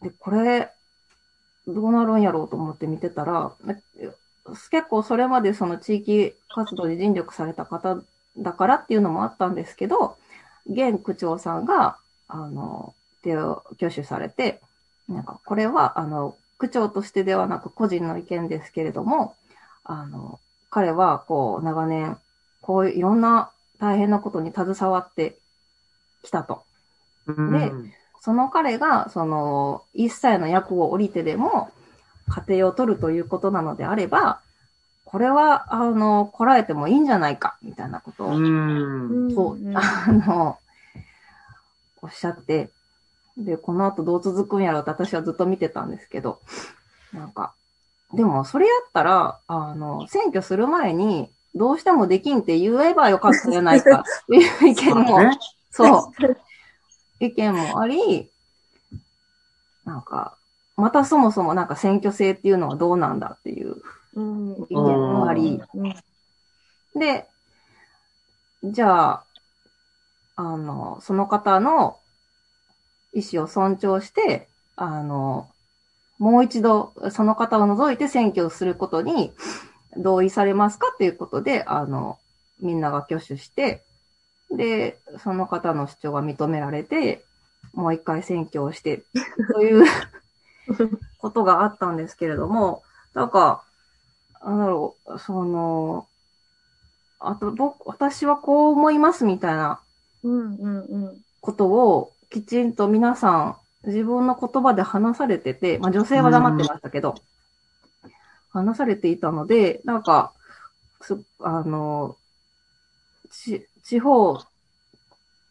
S3: で、これ、どうなるんやろうと思って見てたら、え結構それまでその地域活動で尽力された方だからっていうのもあったんですけど、現区長さんが、あの、手を挙手されて、なんか、これは、あの、区長としてではなく個人の意見ですけれども、あの、彼は、こう、長年、こういういろんな大変なことに携わってきたと。
S1: うん
S3: その彼が、その、一切の役を降りてでも、家庭を取るということなのであれば、これは、あの、こらえてもいいんじゃないか、みたいなことを、
S1: うん。
S3: そう、あの、おっしゃって、で、この後どう続くんやろうって私はずっと見てたんですけど、なんか、でもそれやったら、あの、選挙する前に、どうしてもできんって言えばよかったじゃないか、という意見も、
S1: ね
S3: そう。意見もあり、なんか、またそもそもなんか選挙制っていうのはどうなんだっていう
S2: うん。
S3: 意見もあり、で、じゃあ、あの、その方の意思を尊重して、あの、もう一度、その方を除いて選挙をすることに同意されますかっていうことで、あの、みんなが挙手して、で、その方の主張が認められて、もう一回選挙をして、ということがあったんですけれども、なんか、なんだろう、その、あと僕、私はこう思いますみたいな
S2: うんうんうん。
S3: ことをきちんと皆さん自分の言葉で話されてて、まあ女性は黙ってましたけど、話されていたので、なんか、すあの、ち、地方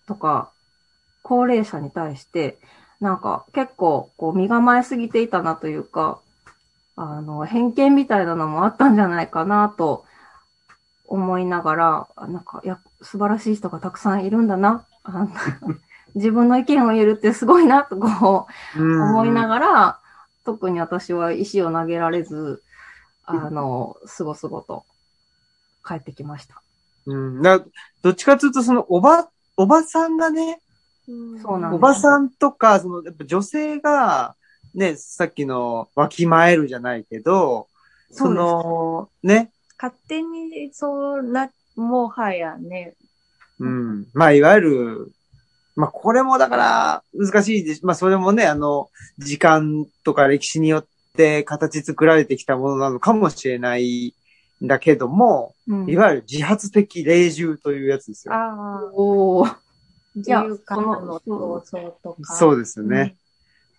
S3: とか高齢者に対して、なんか結構こう身構えすぎていたなというか、あの、偏見みたいなのもあったんじゃないかなと思いながら、あなんか、いや、素晴らしい人がたくさんいるんだな。あの自分の意見を言えるってすごいな、とこう思いな
S1: ら。
S3: がら、特に私は石を投げられず、あの、すごすごと帰ってきました。
S1: うん。だどっちかというと、その、おば、おばさんがね、
S3: そうなん
S1: お
S3: です
S1: ばさんとか、その、やっぱ女性が、ね、さっきの、わきまえるじゃないけど、その、ね、
S2: 勝手に、そうな、もはやね。
S1: うん。まあ、いわゆる、まあ、これもだから、難しいでし、まあ、それもね、あの、時間とか歴史によって形作られてきたものなのかもしれないんだけども、
S3: うん
S1: いわゆる自発的霊獣というやつですよ。
S2: ああ、
S3: おー
S2: 自由からの闘争とか。
S1: そうですよね。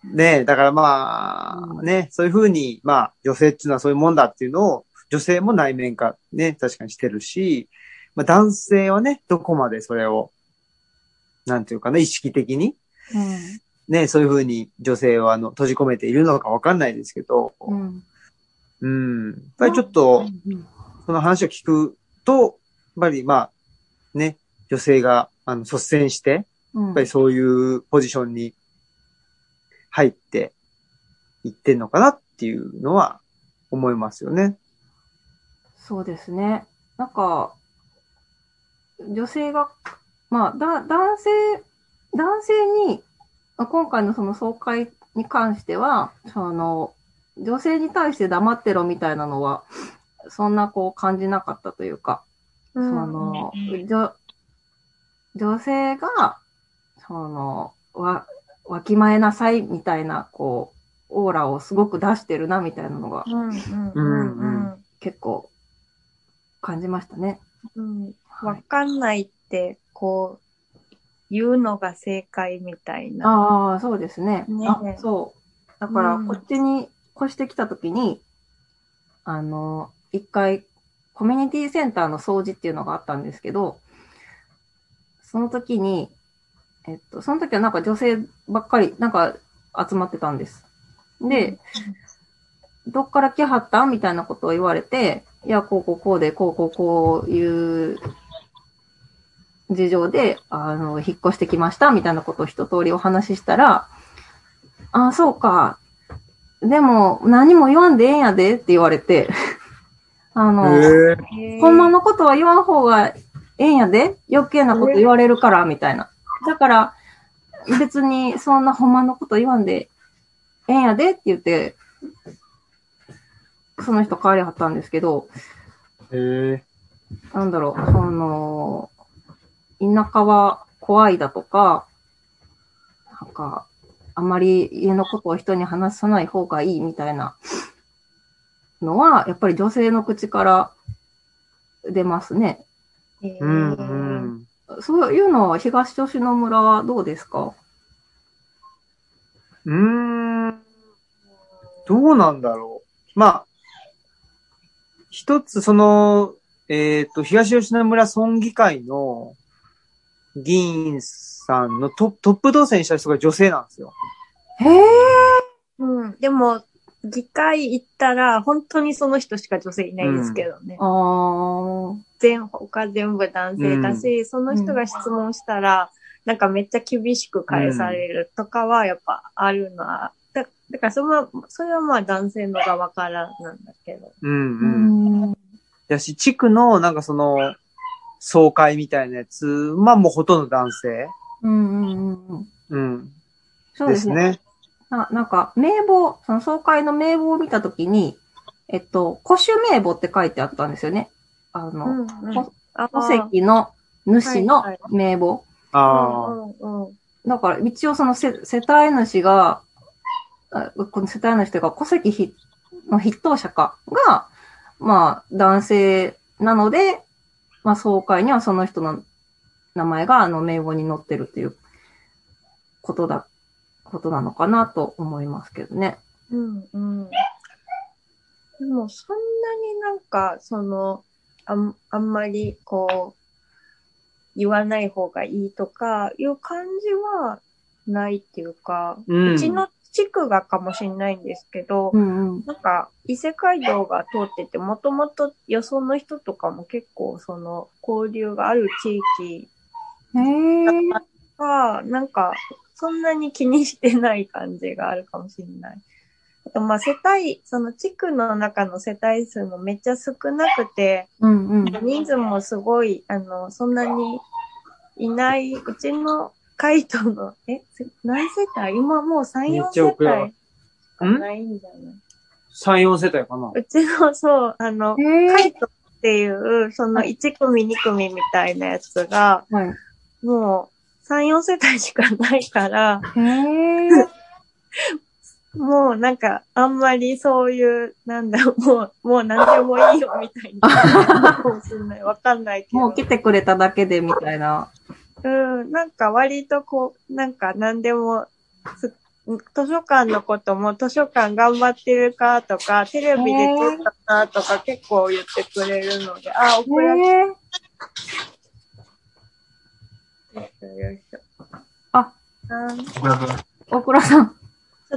S1: ねえ、だからまあ、ね、そういうふうに、まあ、女性っていうのはそういうもんだっていうのを、女性も内面化、ね、確かにしてるし、まあ、男性はね、どこまでそれを、なんていうかな、意識的に、ね、そういうふうに女性はあの閉じ込めているのかわかんないですけど、
S3: うん。うん。
S1: うん。やっぱりちょっと、その話を聞くと、やっぱりまあ、ね、女性があの率先して、や
S3: うん
S1: っぱりそういうポジションに入っていってんのかなっていうのは思いますよね。
S3: そうですね。なんか、女性が、まあ、だ、男性、男性に、まあ今回のその総会に関しては、その、女性に対して黙ってろみたいなのは、そんなこう感じなかったというか、
S2: う
S3: そ
S2: ん。
S3: の、女、女性が、その、わ、わきまえなさいみたいな、こう、オーラをすごく出してるなみたいなのが
S2: うんうんうんうん。
S3: 結構感じましたね。
S2: うん。
S3: は
S2: わ
S3: い
S2: かんないって、こう、言うのが正解みたいな。
S3: ああ、そうですね。
S2: ね
S3: あそう。だから、
S2: うん
S3: こっちに越してきたときに、あの、一回、コミュニティセンターの掃除っていうのがあったんですけど、その時に、えっと、その時はなんか女性ばっかり、なんか集まってたんです。で、どっから来はったみたいなことを言われて、いや、こうこうこうで、こうこうこういう事情で、あの、引っ越してきました、みたいなことを一通りお話ししたら、あ、そうか。でも、何も言わんでええんやで、って言われて、 [laughs] あの、
S1: へえ。
S2: へー
S3: ほんまのことは言わん方がええんやで余計なこと言われるから、みたいな。だから、別にそんなほんまのこと言わんでええんやでって言って、その人帰りはったんですけど、
S1: へえ。
S3: なんだろう、その、田舎は怖いだとか、なんか、あまり家のことを人に話さない方がいいみたいなのは、やっぱり女性の口から出ますね。
S2: えー
S1: うん、うん。
S3: そういうのは東吉野村はどうですか
S1: うーん。どうなんだろう。まあ、一つその、えっ、と、東吉野村村議会の議員さんのトトップ当選した人が女性なんですよ。
S3: へえ。
S2: うん。でも、議会行ったら、本当にその人しか女性いないですけどね。
S3: ああ。
S2: 全、他全部男性だし、その人が質問したら、なんかめっちゃ厳しく返されるとかはやっぱあるのは、だだからそれは、それはまあ男性の側からなんだけど。
S1: うん、
S3: う
S1: うん。
S3: ん。
S1: だし、地区のなんかその、総会みたいなやつはもうほとんど男性。
S3: うんうんうん。
S1: うん。
S3: そう
S1: で
S3: です
S1: す
S3: ね。
S1: ね。
S3: ななんか、名簿、その総会の名簿を見たときに、えっと、古種名簿って書いてあったんですよね。あ
S2: う
S3: の、
S2: ん、うん。あ
S3: 戸
S2: ー
S3: 籍の主の
S2: はいは
S3: 名簿。
S1: ああ。
S2: うんうんうん
S3: だから、一応その世世帯主が、あこの世帯主というか、戸籍ひの筆頭者かが、まあ、男性なので、まあ、総会にはその人の名前が、あの、名簿に載ってるということだ、ことなのかなと思いますけどね。
S2: うんうん。でも、そんなになんか、その、あんあんまり、こう、言わない方がいいとか、いう感じはないっていうか、
S1: う。
S2: うんちの地区がかもしれないんですけど、
S3: うんうん。
S2: なんか、伊勢街道が通ってて、もともとよその人とかも結構、その、交流がある地域
S3: へえ。
S2: が、なんか、そんなに気にしてない感じがあるかもしれない。あと、まあ、世帯、その地区の中の世帯数もめっちゃ少なくて、
S3: うんうん。
S2: 人数もすごい、あの、そんなにいない、うちの回答の、え、せ何世帯今もう
S1: め
S2: 3
S1: っ、
S2: 4
S1: ちゃ
S2: 世
S1: 遅れ
S2: 帯
S1: は
S2: しかないんじゃない
S1: 3、4世帯かな。
S2: うちの、そう、あの、カイトっていう、その1組2組みたいなやつが、
S3: はい。
S2: もう3、4世帯しかないから、
S3: へえ。
S2: もうなんか、あんまりそういう、なんだ、もう、もう何でもいいよみたいな。かもしれない。わかんないけど。
S3: もう来てくれただけでみたいな。
S2: うん、なんか割とこう、なんか何でも、す図書館のことも図書館頑張ってるかとか、テレビで撮ったかとか結構言ってくれるので、あ、
S3: へ
S2: 送られて
S3: え。
S2: るよいしょ。
S3: あ
S2: うん
S4: 小倉君
S3: 大倉さん。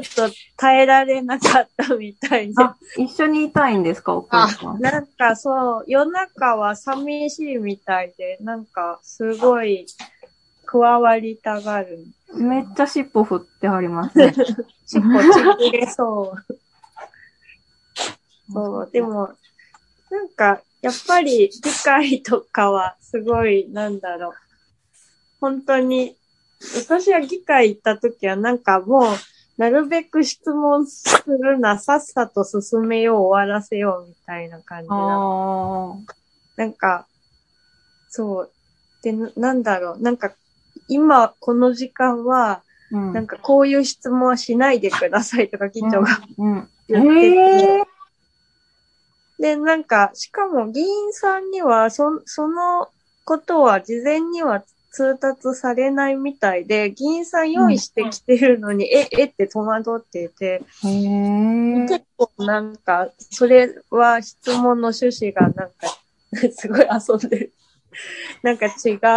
S2: ちょっと耐えられなかったみたいで。
S3: [laughs] あ、一緒にいたいんですか、大倉さん。
S2: なんかそう、夜中は寂しいみたいで、なんかすごい加わりたがる。
S3: めっちゃ尻尾振ってはります
S2: [laughs]
S3: ね。
S2: 尻尾ちぎれそう。そう、でも、なんかやっぱり理解とかはすごい、なんだろう。本当に、私は議会行った時はなんかもう、なるべく質問するな、さっさと進めよう、終わらせようみたいな感じだった
S3: あ
S2: なんか、そう。で、ななんだろう。なんか、今、この時間は、
S3: あ。うん。
S2: なんか、こういう質問はしないでくださいとか、議長が
S3: うん。
S2: 言ってて。
S3: え
S2: で、なんか、しかも、議員さんには、そ、そのことは、事前には通達されないみたいで、議員さん用意してきてるのに、え、えって戸惑っていて、
S3: へえ。
S2: 結構なんか、それは質問の趣旨がなんか、 [laughs] すごい遊んでる。なんか違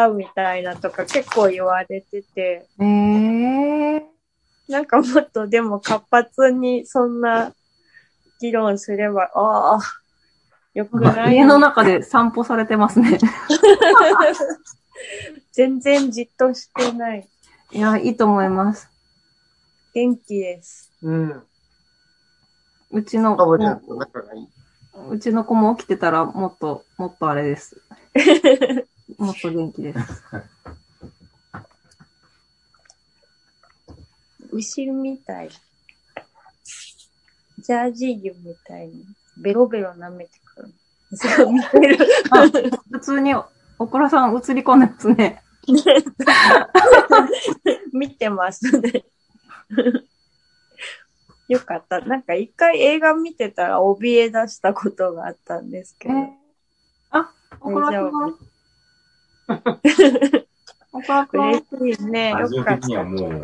S2: うみたいなとか結構言われてて、
S3: へえ。
S2: なんかもっとでも活発にそんな議論すれば、ああ、よく
S3: [laughs]
S2: ない
S3: 家の中で散歩されてますね。 [laughs]
S2: 全然じっとしてない。
S3: いや、いいと思います。
S2: 元気です。
S1: うん。
S3: うちの
S1: か
S3: 子
S1: ぼちゃ
S3: も、
S1: と仲がいい。
S3: うちの子も起きてたら、もっと、もっとあ
S2: [laughs]
S3: れです。もっと元気です。
S2: 牛みたい。ジャージー牛みたいに、ベロベロ舐めてくる。そう、見てる。
S3: あ普通に、お倉さん映り込んでますね。
S2: 見てますね。 [laughs] よかった。なんか一回映画見てたら怯え出したことがあったんですけ
S3: え
S2: ど。
S3: ーあ、おこらさん
S2: 大丈夫
S3: 岡くん、
S2: 嬉しいね。
S4: ラ
S2: よ
S4: ジオ
S2: かっ
S4: 的には
S2: た。
S4: もう、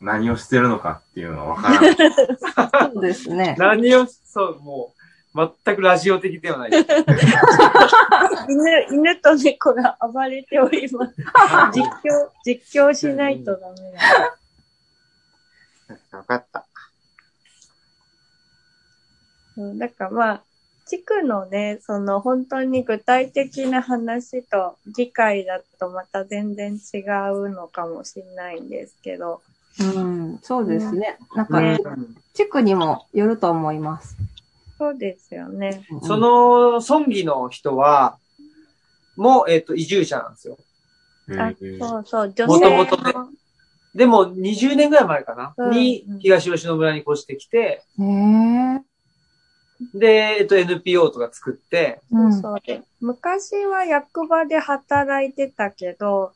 S4: 何をしてるのかっていうのは分からない。
S3: そうですね。
S1: 何を、そう、もう、全くラジオ的ではない。
S2: 犬、犬と猫が暴れております。実況、実況しないとダメだ。
S1: [laughs] わかった。
S2: うん、だからまあ、地区のね、その本当に具体的な話と議会だとまた全然違うのかもしれないんですけど、
S3: うん、そうですね。なんか、
S2: ね
S3: 地区にもよると思います。
S2: そうですよね。
S3: うん
S1: そ、の、村議の人は、もう、えっ、と、移住者なんですよ。
S2: あ
S3: [laughs]
S4: えー、
S2: そうそう、女性
S1: もともとねでも、20年ぐらい前かな、
S2: うん
S1: に、東吉野村に越してきて、
S3: ね
S1: で、えっ、と、NPO とか作って、
S3: え。うん。
S2: そうで昔は役場で働いてたけど、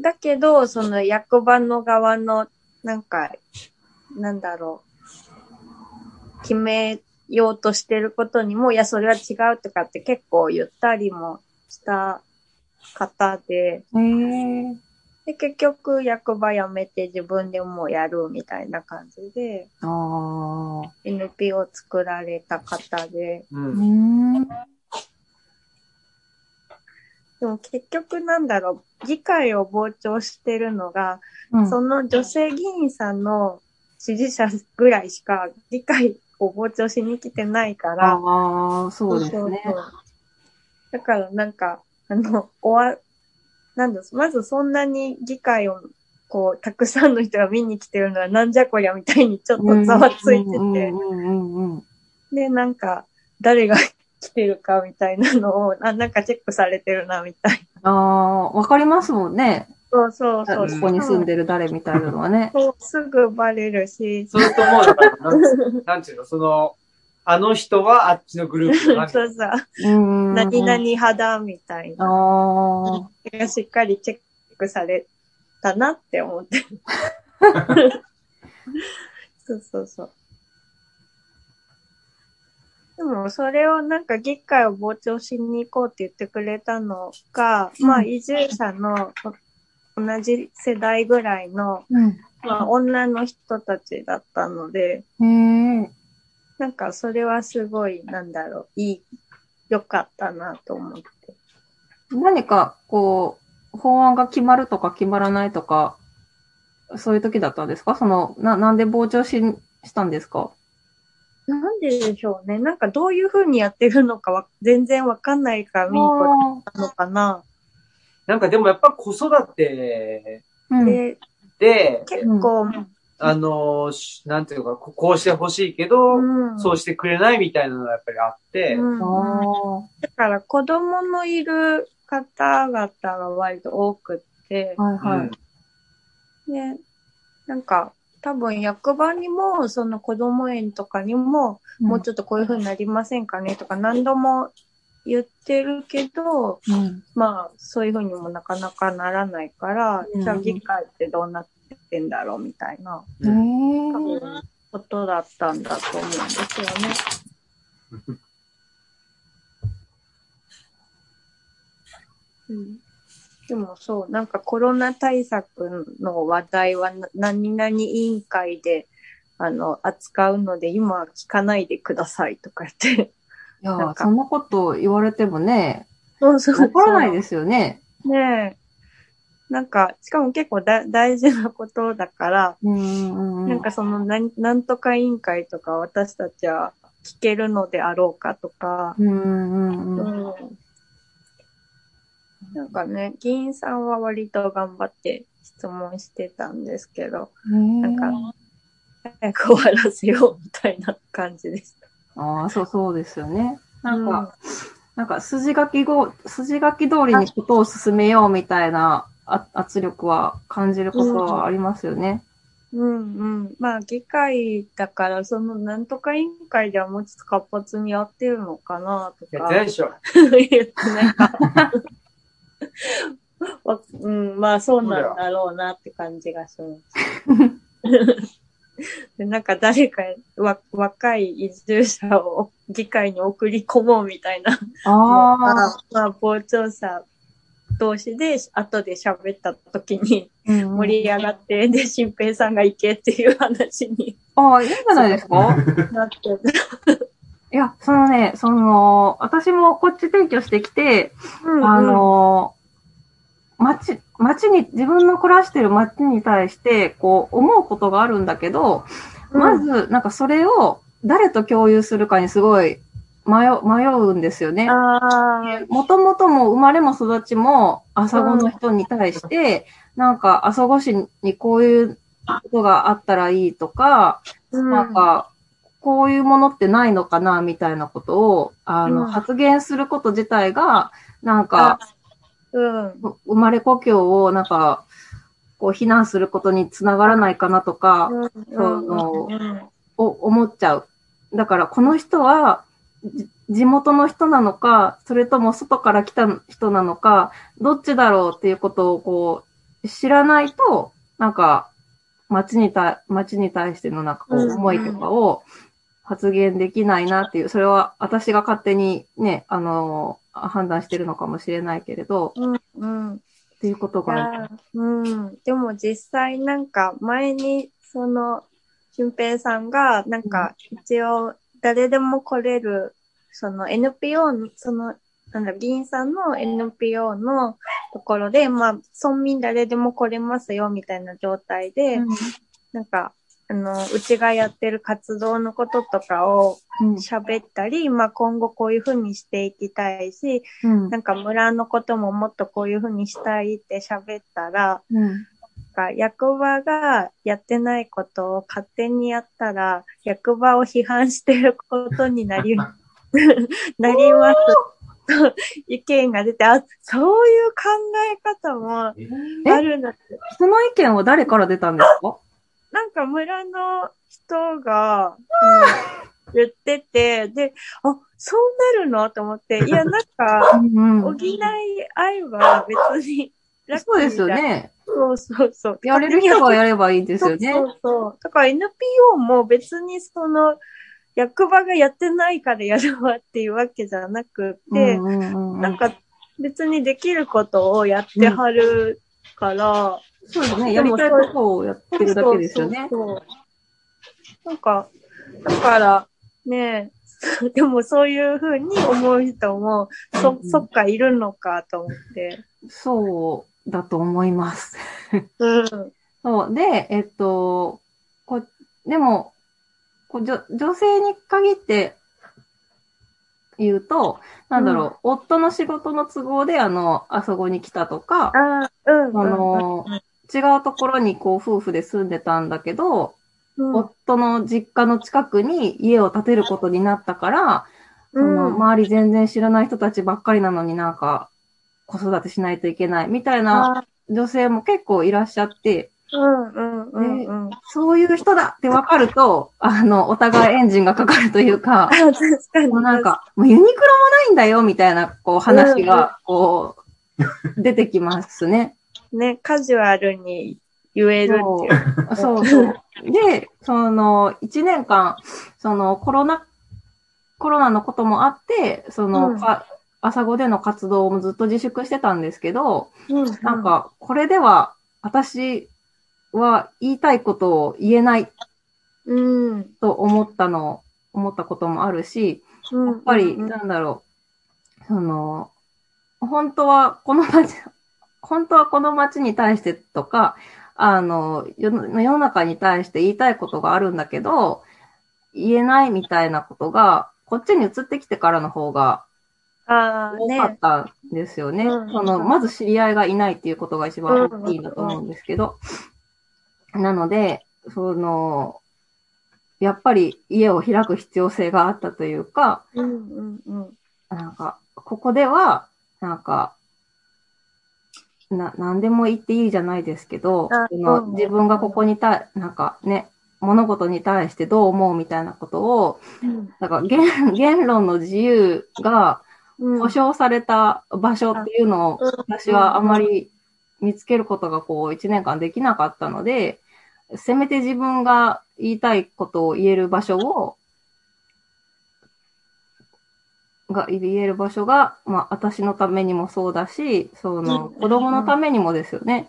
S2: だけど、その役場の側の、なんか、なんだろう、決めようとしてることにも、いや、それは違うとかって結構言ったりもした方で、
S3: ねえ。
S2: で、結局役場辞めて自分でもうやるみたいな感じで、
S3: ああ。
S2: NPO 作られた方で、
S1: う。
S3: うんん。
S2: でも結局なんだろう、議会を傍聴してるのが、
S3: うん
S2: その女性議員さんの支持者ぐらいしか議会を傍聴しに来てないから、
S3: ああ、そうですね
S2: そ。うそうだからなんか、あの、終わ、なんだ、まずそんなに議会をこう、たくさんの人が見に来てるのはなんじゃこりゃみたいにちょっとざわついてて、
S3: うんうんうんうん。
S2: で、なんか、誰が来てるかみたいなのを、あなんかチェックされてるなみたいな。
S3: ああ、わかりますもんね。
S2: そうそうそう。
S3: ここに住んでる誰みたいなのはね。
S2: そう、すぐバレるし、
S1: それともう、だからなんなんていうの、その、あの人はあっちのグループの
S2: そう
S1: 何
S2: そ [laughs]
S1: か
S2: う、
S3: うん。
S2: 何々肌みたいな、
S3: あ
S2: がしっかりチェックされたなって思って。そうそうそう。でも、それをなんか議会を傍聴しに行こうって言ってくれたのが、まあ、移住者のお同じ世代ぐらいの、まあ、女の人たちだったので、
S3: あ。うん。へえ。
S2: なんかそれはすごい、なんだろう、いい、良かったなと思って。
S3: 何か、こう、法案が決まるとか決まらないとか、そういう時だったんですかその、な、なんで傍聴し、したんですか
S2: なんででしょうね。なんかどういう風にやってるのかわ全然わかんないから見に行こ
S3: あ
S2: うなのかな。
S1: なんかでもやっぱ子育て
S3: あうん。
S2: で、
S1: で、
S2: 結構、
S1: あの、しなんていうのか、ここうしてほしいけど、
S2: うん
S1: そうしてくれないみたいなのがやっぱりあって、
S2: うん
S3: あ
S2: だから子供のいる方々が割と多くって
S3: あ。、はいは
S1: うん
S3: い。
S2: ね、なんか多分役場にも、その子供園とかにも、もうちょっとこういう風になりませんかねとか何度も言ってるけど、
S3: うん。
S2: まあ、そういうふうにもなかなかならないから、
S3: うん
S2: じゃあ議会ってどうなってんだろうみたいな多
S3: へえ。
S2: 分ことだったんだと思うんですよね。うん、でもそう、なんかコロナ対策の話題はな何々委員会であの扱うので今は聞かないでくださいとか言って。
S3: いや
S2: な
S3: ー、
S2: んか
S3: そんなこと言われてもね、
S2: そうそ [laughs]
S3: わからないですよね。
S2: ねえ。なんか、しかも結構だ大事なことだから、
S3: うん。
S2: なんかそのなん、なんとか委員会とか私たちは聞けるのであろうかとか、
S3: うんうん
S2: う
S3: うん。
S2: ん。なんかね、議員さんは割と頑張って質問してたんですけど、なんか、早く終わらせようみたいな感じでした。
S3: ああ、そうそうですよね。なん
S2: うん
S3: か、なんか筋書きご、筋書き通りにことを進めようみたいなあ圧力は感じることはありますよね。
S2: うんうん。まあ、議会だから、その、なんとか委員会ではもうちょっと活発にやってるのかな、と
S1: や
S2: か
S1: って。ないでしょ。
S2: [laughs] 言ってないか。わうん、まあそうなんだろうなって感じがします。でなんか誰かわ若い移住者を議会に送り込もうみたいな。
S3: ああ、
S2: まあ、傍聴者同士で、後で喋った時に
S3: うん
S2: 盛り上がって、で、新平さんが行けっていう話に
S3: ああ、いいんじゃないですか
S2: なって、
S3: いや、そのね、その、私もこっち転居してきて、あの、町、町に、自分の暮らしてる町に対して、こう、思うことがあるんだけど、
S2: うん
S3: まず、なんかそれを誰と共有するかにすごい迷う迷うんですよね。
S2: ああ、
S3: もともとも生まれも育ちも朝子の人に対して、なんか朝子市にこういうことがあったらいいとか、なんか、こういうものってないのかな、みたいなことを、あの、
S2: うん
S3: 発言すること自体が、なんか、
S2: うん。
S3: 生まれ故郷を、なんか、こう、非難することにつながらないかなとか、お思っちゃう。だから、この人は、じ地元の人なのか、それとも外から来た人なのか、どっちだろうっていうことを、こう、知らないと、なんか、町にた、町に対してのなんか
S2: う
S3: こ
S2: ん
S3: う、
S2: うん
S3: 思いとかを発言できないなっていう、それは私が勝手にね、あのー判断してるのかもしれないけれど、
S2: うん。うん。
S3: っていうこと
S2: い
S3: が
S2: や、うん。でも実際なんか前に、その、俊平さんが、なんか一応誰でも来れる、その NPO の、その、なんだ、議員さんの NPO のところで、まあ、村民誰でも来れますよ、みたいな状態で、なんか、あの、うちがやってる活動のこととかを
S3: うん
S2: 喋ったり、まあ今後こういうふうにしていきたいし、
S3: うん
S2: なんか村のことももっとこういうふうにしたいって喋ったら、
S3: うん
S2: なんか役場がやってないことを勝手にやったら、役場を批判してることになり、なります。意見が出て、あ、そういう考え方もあるんだって。
S3: その意見は誰から出たんですか
S2: なんか村の人が、うん言ってて、で、あ、そうなるのと思って、いや、なんか、
S3: うん
S2: 補い合えば別に楽
S3: そうですよ
S2: みたいな。
S3: ね。
S2: そうそうそう。
S3: やれる人がやればいいで
S2: です
S3: よね。
S2: そうそうそう。だから NPO も別にその、役場がやってないからやるわっていうわけじゃなくて、
S3: うんうんうん
S2: なんか別にできることをやってはるから、
S3: そうですね。やりたいことをやってるだけですよね。
S2: そうそうそうなんか、だから、ねえ、でもそういうふうに思う人も、そ、そっかいるのかと思って。
S3: そうだと思います。
S2: うん。
S3: そう。で、えっと、こでもこう女、女性に限って言うと、なんだろう、夫の仕事の都合で、あの、あそこに来たとか、
S2: あうん。
S3: あの、違うところにこう夫婦で住んでたんだけど、
S2: うん、
S3: 夫の実家の近くに家を建てることになったから、その
S2: うん、
S3: 周り全然知らない人たちばっかりなのになんか子育てしないといけないみたいな
S2: あ
S3: 女性も結構いらっしゃって、
S2: うん、うん、うん、うん。
S3: そういう人だってわかると、あの、お互いエンジンがかかるというか、
S2: あ [laughs] 確かに。
S3: もうなんか、もうユニクロもないんだよみたいな、こう話が、こう、出てきますね。
S2: [laughs] ね、カジュアルに言えるっていう。
S3: そうそう。で、その、一年間、その、コロナ、コロナのこともあって、その、
S2: うん
S3: か朝子での活動もずっと自粛してたんですけど、
S2: うん、
S3: なん、か、これでは、私は言いたいことを言えない
S2: うん。や
S3: と思ったの、思ったこともあるし、やっ
S2: っ
S3: ぱり、なんだろう、その、本当はこの町、 [laughs] 本当はこの町に対してとか、あの、世の世の中に対して言いたいことがあるんだけど、言えないみたいなことが、こっちに移ってきてからの方が
S2: ああ、
S3: 多か
S2: ね
S3: っ。たんですよね。
S2: うん
S3: その、まず知り合いがいないっていうことが一番大きいんだと思うんですけど。なので、その、やっぱり家を開く必要性があったというか、
S2: うん、うん、うん。
S3: なんか、ここでは、なんか、な、何でも言っていいじゃないですけど
S2: あ、
S3: そ
S2: うん
S3: の自分がここに対、なんかね、物事に対してどう思うみたいなことを、
S2: うん
S3: なんか言、言論の自由が
S2: うん
S3: 保障された場所っていうのを
S2: うん
S3: 私はあんまり見つけることがこう一年間できなかったので、せめて自分が言いたいことを言える場所をが言える場所が、まあ、私のためにもそうだし、その、
S2: うん
S3: 子供のためにもですよね。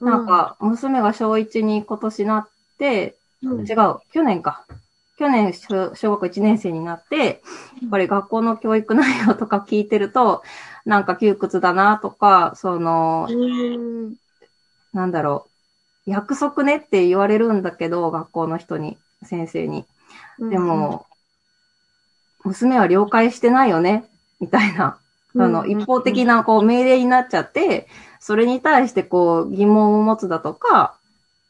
S3: なん、か、娘が小1に今年なって、
S2: うん
S3: 違う、去年か。去年、小小学1年生になって、やっぱり学校の教育内容とか聞いてると、なんか窮屈だなとか、その、
S2: うん。
S3: なんだろう、約束ねって言われるんだけど、学校の人に、先生に。でも、娘は了解してないよね、みたいな。
S2: うん、
S3: あの、一方的な、こう、命令になっちゃって、それに対して、こう、疑問を持つだとか、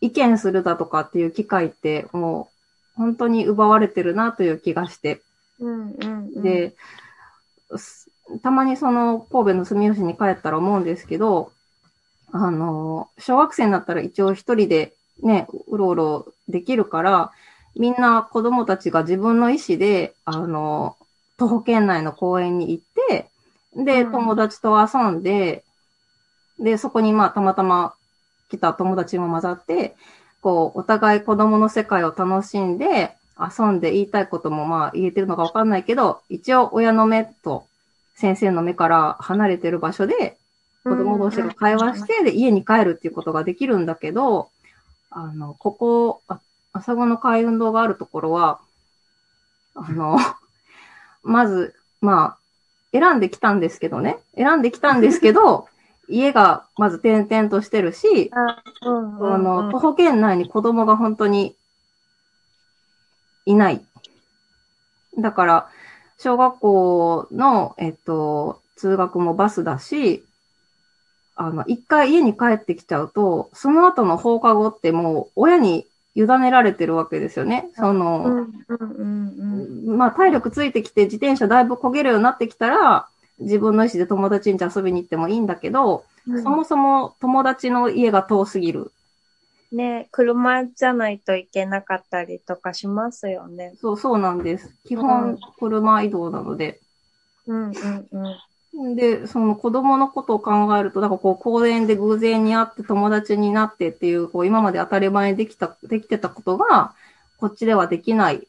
S3: 意見するだとかっていう機会って、もう、本当に奪われてるなという気がして。
S2: うん、うん、うん、
S3: で、すたまにその、神戸の住吉に帰ったら思うんですけど、あの、小学生になったら一応一人でね、うろうろできるから、みんな子供たちが自分の意思で、あの、徒歩圏内の公園に行って、で、
S2: うん
S3: 友達と遊んで、で、そこにまあ、たまたま来た友達も混ざって、こう、お互い子供の世界を楽しんで、遊んで言いたいこともまあ言えてるのかわかんないけど、一応親の目と先生の目から離れてる場所で、子供同士が会話して、で、家に帰るっていうことができるんだけど、あの、ここ、あ朝子の会運動があるところは、あの、 [laughs] まず、まあ、選んできたんですけどね。選んできたんですけど、家がまず点々としてるし、
S2: うん、うん、
S3: あの、徒歩圏内に子供が本当にいない。だから、小学校の、えっと、通学もバスだし、あの、一回家に帰ってきちゃうと、その後の放課後ってもう親に委ねられてるわけですよね。その、
S2: うん、うん、うん、
S3: まあ体力ついてきて自転車だいぶ漕げるようになってきたら、自分の意思で友達ん家遊びに行ってもいいんだけど、
S2: うん。
S3: そもそも友達の家が遠すぎる。
S2: ね、車じゃないといけなかったりとかしますよね。
S3: そう、そうなんです。基
S2: う
S3: 本
S2: ん、
S3: 車移動なので。
S2: うん、うん、うん。
S3: で、その子供のことを考えると、なんかこう、公園で偶然に会って友達になってっていう、こう、今まで当たり前にできた、できてたことが、こっちではできない。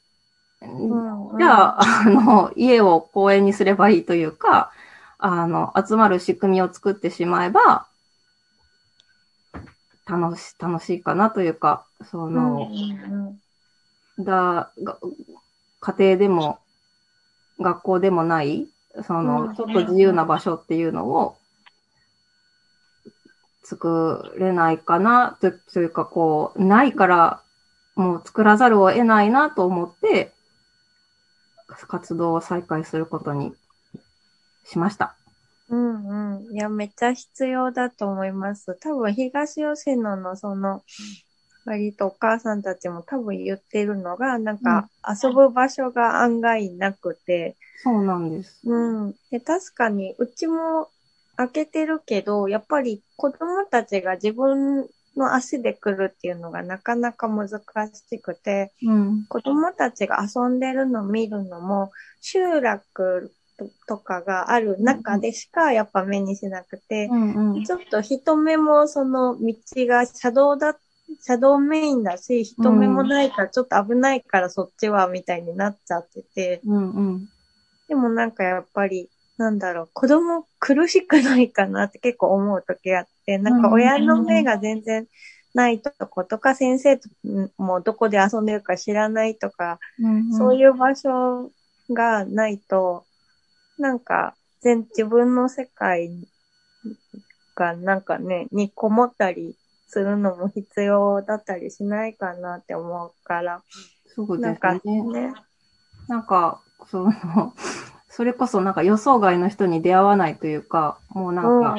S2: うんうん
S3: じゃあ、あの、家を公園にすればいいというか、あの、集まる仕組みを作ってしまえば、楽し、楽しいかなというか、そ
S2: うん、う
S3: の、
S2: ん、
S3: だが家庭でも学校でもない、その、
S2: うん
S3: ちょっと自由な場所っていうのを作れないかなと、というかこう、ないからもう作らざるを得ないなと思って、活動を再開することにしました。
S2: うん、うん。いや、めっちゃ必要だと思います。多分、東吉野のその、割とお母さんたちも多分言ってるのが、なんか、遊ぶ場所が案外なくて、
S3: そうなんです。
S2: うん。で、確かに、うちも開けてるけど、やっぱり子供たちが自分の足で来るっていうのがなかなか難しくて、
S3: うん。
S2: 子供たちが遊んでるの見るのも、集落ととかがある中でしかやっぱ目にしなくて
S3: う、んうん。
S2: ちょっと人目もその道が車道だ、車道メインだし、人目もないからちょっと危ないからそっちはみたいになっちゃってて、
S3: うんうん。
S2: でもなんかやっぱり、なんだろう、子供苦しくないかなって結構思う時あって、なんか親の目が全然ないとことか、先生ともどこで遊んでるか知らないとか、そう
S3: い
S2: いう場所がないと、なんか全自分の世界がなんかね、にこもったりするのも必要だったりしないかなって思うから、
S3: う、すごい
S2: なん
S3: です
S2: か
S3: ね。
S2: ね、
S3: なんか、その、 [laughs] それこそなんか予想外の人に出会わないというか、もうな
S2: うんん
S3: か、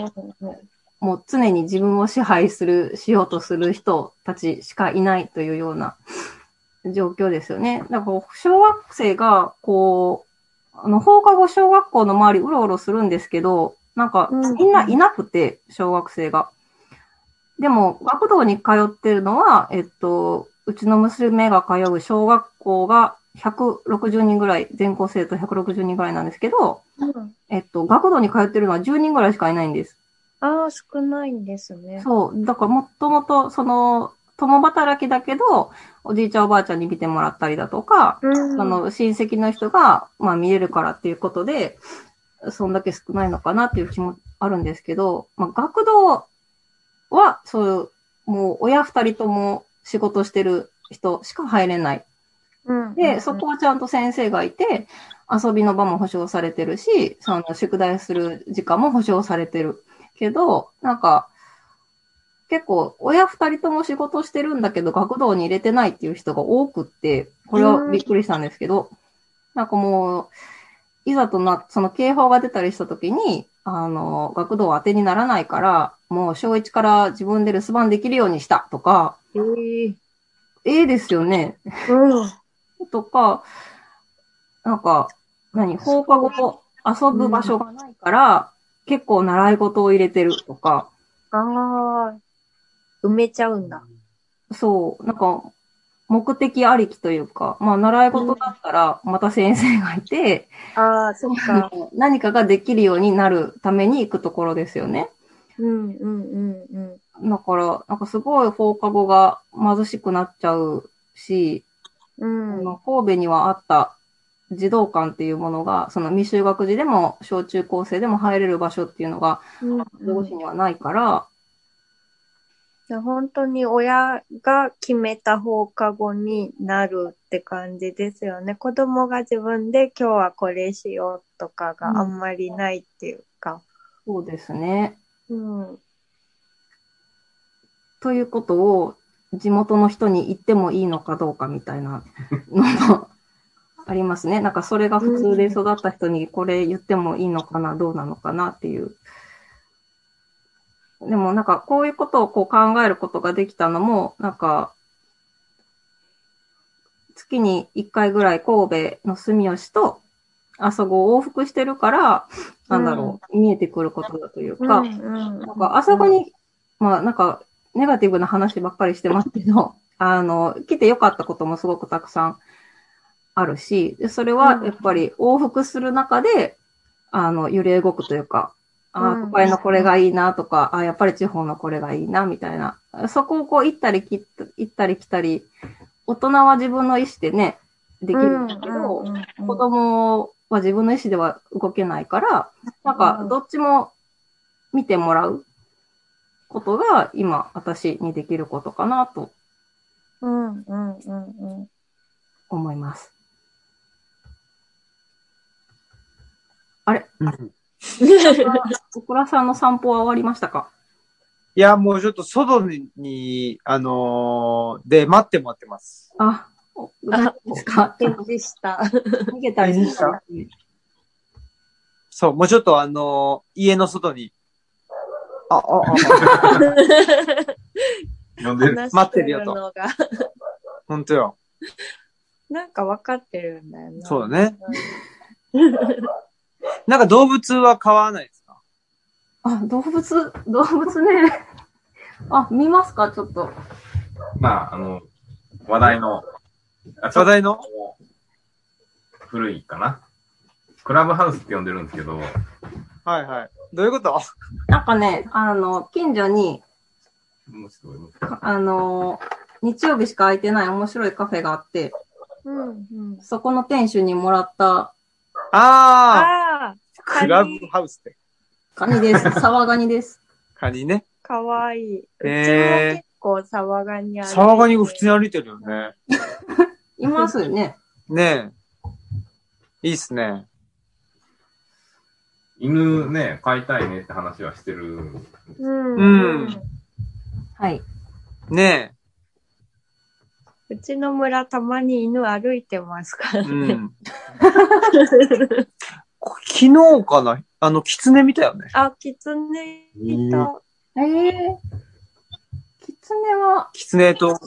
S3: もう常に自分を支配する、しようとする人たちしかいないというような状況ですよね。なんかこう、小学生が、こう、あの、放課後小学校の周りうろうろするんですけど、なんか
S2: うん、
S3: みんないなくて、小学生が。でも、学童に通ってるのは、えっと、うちの娘が通う小学校が160人ぐらい、全校生徒160人ぐらいなんですけど、
S2: うん
S3: えっと、学童に通ってるのは10人ぐらいしかいないんです。
S2: ああ、少ないんですね。
S3: そう。だからもともと、その、共働きだけど、おじいちゃんおばあちゃんに見てもらったりだとか、
S2: うん
S3: その親戚の人が、まあ見れるからっていうことで、そんだけ少ないのかなっていう気もあるんですけど、まあ、学童は、そういう、もう親二人とも仕事してる人しか入れない。
S2: うん
S3: で、そこはちゃんと先生がいて、遊びの場も保証されてるし、その宿題する時間も保証されてる。けど、なんか、結構、親二人とも仕事してるんだけど、学童に入れてないっていう人が多くって、これはびっくりしたんですけど、なんかもう、いざとな、その警報が出たりした時に、あの、学童は当てにならないから、もう小1から自分で留守番できるようにしたとか、
S2: えー
S3: ええですよね。
S2: うん。
S3: とか、なんか、何、放課後遊ぶ場所がないから、結構習い事を入れてるとか、
S2: ああ、埋めちゃうんだ。
S3: そう、なんか、目的ありきというか、まあ、習い事だったら、また先生がいて、
S2: ああ、そっ
S3: [laughs]
S2: か。
S3: 何かができるようになるために行くところですよね。
S2: うんうんうんうん。
S3: だから、なんかすごい放課後が貧しくなっちゃうし、
S2: うん。
S3: あの神戸にはあった児童館っていうものが、その未就学児でも小中高生でも入れる場所っていうのが、
S2: うん
S3: 上
S2: うん
S3: 司にはないから、
S2: いや本当に親が決めた放課後になるって感じですよね。子供が自分で今日はこれしようとかがあんまりないっていうか。
S3: そうですね。
S2: うん。
S3: ということを、地元の人に言ってもいいのかどうかみたい [laughs] なのもありますね。なんかそれが普通で育った人にこれ言ってもいいのかな、どうなのかなっていう。でもなんかこういうことをこう考えることができたのも、なんか、月に1回ぐらい神戸の住吉とあそこを往復してるから、なんだろう、見えてくることだというか、
S2: うん
S3: なんか、あそこに、まあ、なんか、ネガティブな話ばっかりしてますけど、 [laughs] あの、来て良かったこともすごくたくさんあるし、でそれはやっぱり往復する中で、あの、揺れ動くというか、ああ、
S2: うん
S3: 都会のこれがいいなとか、ああ、やっぱり地方のこれがいいな、みたいな。そこをこう、行ったり来た行ったり来たり、大人は自分の意思でね、できるんだけど、
S2: うんうんうん
S3: 子供は自分の意思では動けないから、なんかどっちも見てもらうことが今私にできることかなと
S2: うんうんうんうん。
S3: 思い [laughs] ます。あれ小倉さんの散歩は終わりましたか
S1: いや、もうちょっと外に、あのーで、待ってもらってます。
S3: あ、お大丈夫ですかちょっと
S2: 示した。
S3: 逃げたりし
S1: 大
S3: た。
S1: そう、もうちょっとあのー家の外に、あ、あ、あ、あ
S4: 呼んでる。
S1: 待ってるよと
S2: 話してるのが
S1: ほんとよ。
S2: なんか分かってるんだよな。
S1: そうだね。なんか動物は飼わないですか
S3: あ、動物、動物ね。 [laughs] あ、見ますかちょっと。
S4: まあ、あの、話題の、あ
S1: 話題の
S4: 古いかな。クラブハウスって呼んでるんですけど、
S1: はいはい。どういうこと
S3: なんかね、あの、近所に、
S4: もうちょっと
S3: かあの、日曜日しか空いてない面白いカフェがあって、
S2: うんうん。
S3: そこの店主にもらった
S1: ああ
S2: ああ、
S1: クラブハウスって。
S3: カニです。 [laughs] サワガニです。
S1: カニね。
S2: かわいい。うちも
S1: えー
S2: 結構サワガニある。
S1: サワガニが普通に歩いてるよね。
S3: いますよね。
S1: ねえ。いいっすね。
S4: 犬ね、飼いたいねって話はしてる。
S2: うん。
S1: うん
S3: はい。
S1: ね
S2: うちの村たまに犬歩いてますか
S1: え。
S2: ら
S1: う
S2: ね。
S1: ん。こ昨日かなあの、キツネ見たよね。
S2: あ、キツネいた。
S3: ええー。キツネは、
S1: キツネと、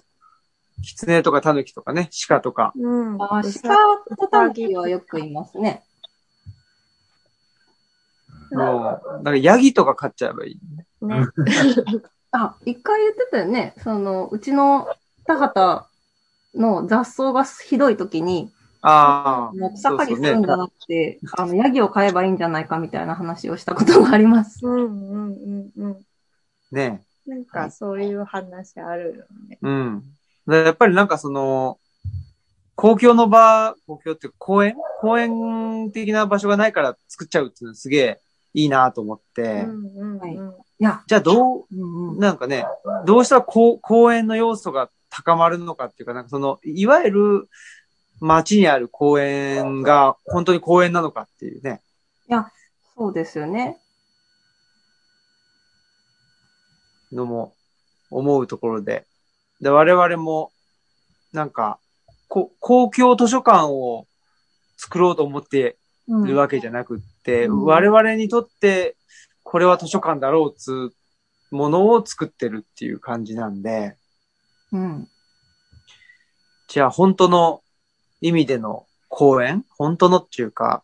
S1: キツネとかタヌキとかね、鹿とか。
S2: うん。う
S3: あー
S2: さ
S3: 鹿とタヌキはよくいますね。
S1: もう、だからヤギとか飼っちゃえばいい。
S2: ね。
S3: あ、一回言ってたよね。その、うちの田畑の雑草がひどい時に、
S1: ああ。
S3: もう草刈り
S1: そ
S3: す
S1: うそ
S3: る
S1: うんね
S3: だなって、あの、ヤギを飼えばいいんじゃないかみたいな話をしたことがあります。
S2: うんうんうんうん。
S1: ね
S2: なんかそういう話あるよね。
S1: え。うん。だからやっぱりなんかその、公共の場、公共っていうか公園公園的な場所がないから作っちゃうっていうのはすげえいいなと思って、
S2: うんうんうん。
S3: いや、
S1: じゃあどう、
S3: うんうん。
S1: なんかね、どうしたらこう公園の要素が高まるのかっていうか、なんかその、いわゆる街にある公園が本当に公園なのかっていうね。
S3: そうですよね。
S1: のも思うところで。で、我々も、なんか、こ公共図書館を作ろうと思って
S3: うん
S1: るわけじゃなくって、
S3: うん
S1: 我々にとって、これは図書館だろうっつうものを作ってるっていう感じなんで、
S3: うん。
S1: じゃあ本当の意味での公演本当のっていうか、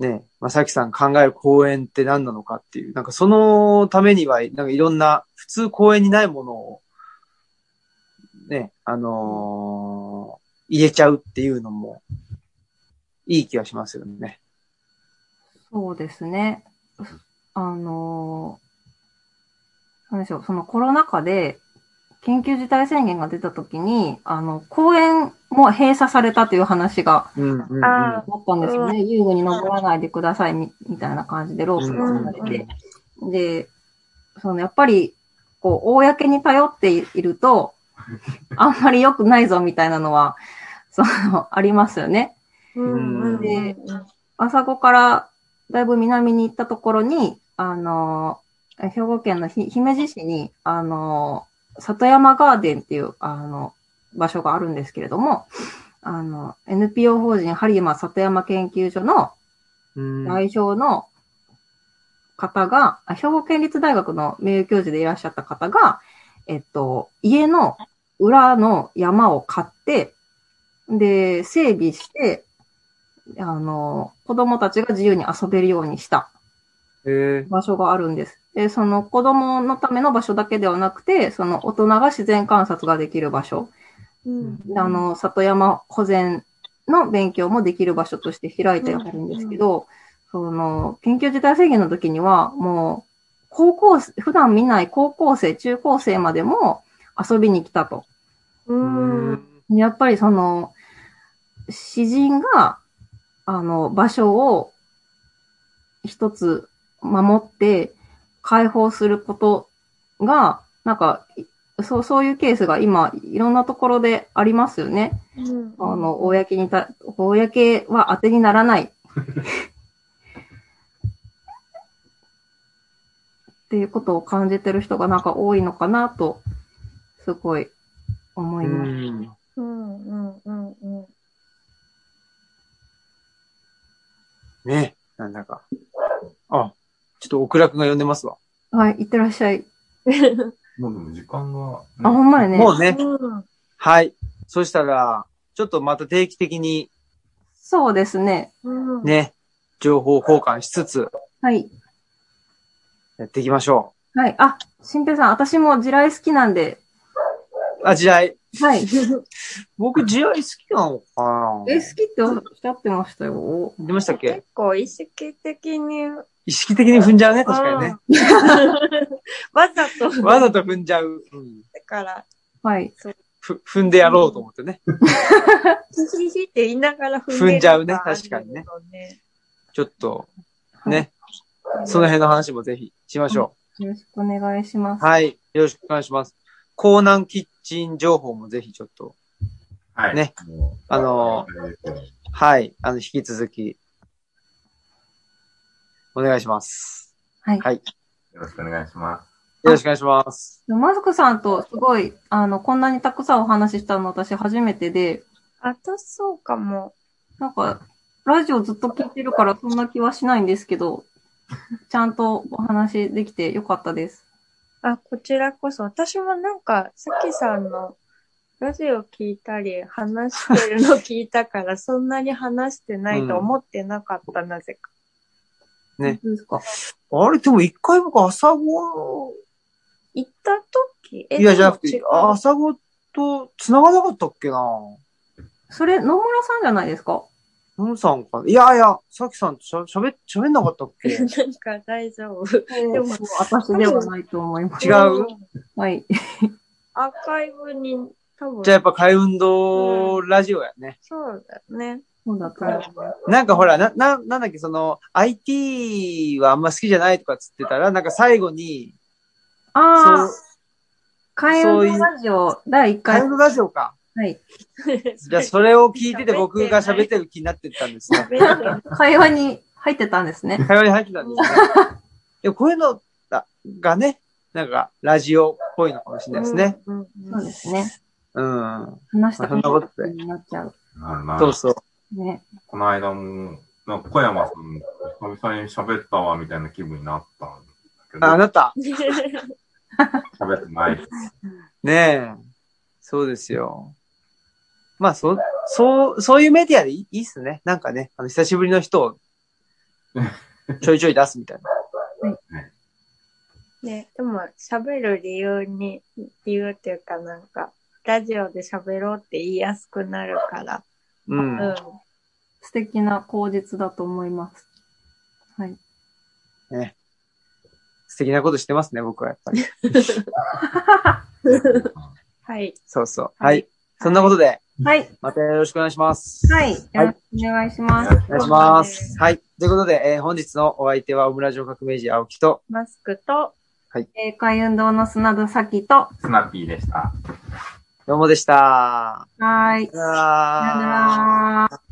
S1: ね、まさきさん考える公演って何なのかっていう、なんかそのためには、なんかいろんな普通公演にないものを、ね、あのー入れちゃうっていうのも、いい気がしますよね。
S3: そうですね。あのーなんでしょう、そのコロナ禍で、緊急事態宣言が出た時に、あの、公園も閉鎖されたという話が
S1: うんうん、うん。
S2: あ
S3: あったんですよね。遊具に登らないでくださいみみたいな感じでロープが張られて。で、そのやっぱり、こう、公に頼っていると、あんまり良くないぞみたいなのは、その、ありますよね。
S2: うんうんうん
S3: で朝子からだいぶ南に行ったところに、あの、兵庫県のひ姫路市に、あの、里山ガーデンっていう、あの、場所があるんですけれども、あの、NPO 法人ハリマ里山研究所の
S1: うん
S3: 代表の方が、あ兵庫県立大学の名誉教授でいらっしゃった方が、えっと、家の裏の山を買って、で、整備して、あの、子供たちが自由に遊べるようにした
S1: へえ
S3: 場所があるんです。で、その子供のための場所だけではなくて、その大人が自然観察ができる場所。
S2: うん
S3: であの、里山保全の勉強もできる場所として開いてあるんですけど、その、緊急事態宣言の時には、もう、高校生、普段見ない高校生、中高生までも遊びに来たと。
S2: うん。
S3: やっぱりその、詩人が、あの、場所を一つ守って解放することが、なんか、いそう、そういうケースが今、いろんなところでありますよね。
S2: うん
S3: あの、公にた、公は当てにならない。 [laughs] っていうことを感じてる人がなんか多いのかなと、すごい思
S1: う
S3: います。
S1: ん
S2: うんうんうんうん。
S1: ね、なんだか。あ、ちょっと奥楽が呼んでますわ。
S3: はい、いってらっしゃい。
S4: もうでも時間が、
S3: あ、ほんまやね。
S1: もうね、
S2: うん
S1: はい。そしたら、ちょっとまた定期的に
S3: そうですね。
S2: うん
S1: ね、情報交換しつつ
S3: はい。
S1: やっていきましょ
S3: はい。あ、新平さん、私も地雷好きなんで。
S1: う。あ、地雷。 [laughs]
S3: はい。
S1: 僕地雷好きなのか
S3: え、
S1: な
S3: 好きっておっしゃってましたよ。
S1: 出ましたっけ
S2: 結構意識的に。
S1: 意識的に踏んじゃうね、確かにね。
S2: うん。わざと。
S1: わざと踏んじゃう。うん
S2: だから、
S3: はい。
S1: ふ踏んでやろうと思ってね。
S2: ヒヒヒって言いながら踏
S1: 踏んじゃうね確かにね。ちょっと、ね、その辺の話もぜひしましょ
S3: よろしくお願いしま
S1: う。
S3: す。
S1: はい。よろしくお願いします。江南キッチン情報もぜひちょっと、
S4: はい。
S1: ね
S4: も
S1: あの
S4: う。あれですよ
S1: はい。あの、引き続き、お願いします。
S3: はい
S1: はい。
S4: よろしくお願いします。
S1: よろしくお願いします。
S3: マスクさんとすごい、あの、こんなにたくさんお話ししたの私初めてで、
S2: あとそうかも。
S3: なんか、ラジオずっと聞いてるからそんな気はしないんですけど、ちゃんとお話できてよかったです。
S2: あ、こちらこそ。私もなんか、さきさんのラジオ聞いたり、話してるの聞い
S1: [laughs]
S2: たから、そんなに話してないと思ってなかった、なぜか。
S1: ね
S3: どうですか
S1: あれ、でも一回僕朝ご、
S2: 行った時え
S1: いや、じゃなく
S2: で
S1: て
S2: も違、う
S1: 朝ごと繋がなかったっけな
S3: それ、野村さんじゃないですか
S1: のんさんかないやいや、さきさんとしゃ喋、喋んなかったっ [laughs] け
S2: [laughs] なんか大丈夫。
S3: でも、私ではないと思います。
S1: 違う
S2: うん
S3: はい。
S2: アーカイブに多分。
S1: じゃあやっぱ海運動ラジオやね。
S2: そうだね。
S3: そうだから、
S1: なんかほら、な、な、なんだっけ、その、IT はあんま好きじゃないとかっつってたら、なんか最後に、そ
S3: あ
S1: う
S3: あ、、開運のラジオ第
S1: 海
S3: 1回
S1: 運。動ラジオか。
S3: はい。
S1: じ
S2: [laughs]
S1: ゃあそれを聞いてて僕が喋ってる気になってったんですね。 [laughs]
S2: めっちゃ
S3: 会話に入ってたんですね。
S1: 会話に入ってたんですね。でもこういうのががね、なんかラジオっぽいのかもしれないですね。。
S2: うんうん
S1: [laughs]
S3: そうですね。
S1: うん。
S3: 話した
S1: そんなことで
S3: になっちゃう。
S4: なるな
S1: そうそう。
S3: ね。
S4: この間も、なんか小山さんも久々に喋ったわみたいな気分になったん
S1: ああ
S4: だ
S1: なた、
S4: けど、喋ってない。
S1: ねえ。そうですよ。まあ、そ、そう、そういうメディアでいいいいっすね。なんかね、あの、久しぶりの人 [laughs] を、ちょいちょい出すみたいな。
S2: ね、でも喋る理由に、理由っていうかなんか、ラジオで喋ろうって言いやすくなるから。
S1: う。
S2: うんん。
S3: 素敵な口実だと思います。はい。
S1: 素敵なことしてますね、僕はやっぱり。
S2: はい。
S1: そうそう。はい。そんなことで、
S3: はい。
S1: またよろしくお願いします。
S3: はい。よろしくお願いします。
S1: お願いします。はい。ということで、えー本日のお相手は、オムラジオ革命児青木と、
S2: マスクと、
S3: えー、海運動の砂ぶさきと、
S4: スナッピーでした。
S1: どうもでした。
S3: はい。
S1: さ
S3: さよなら。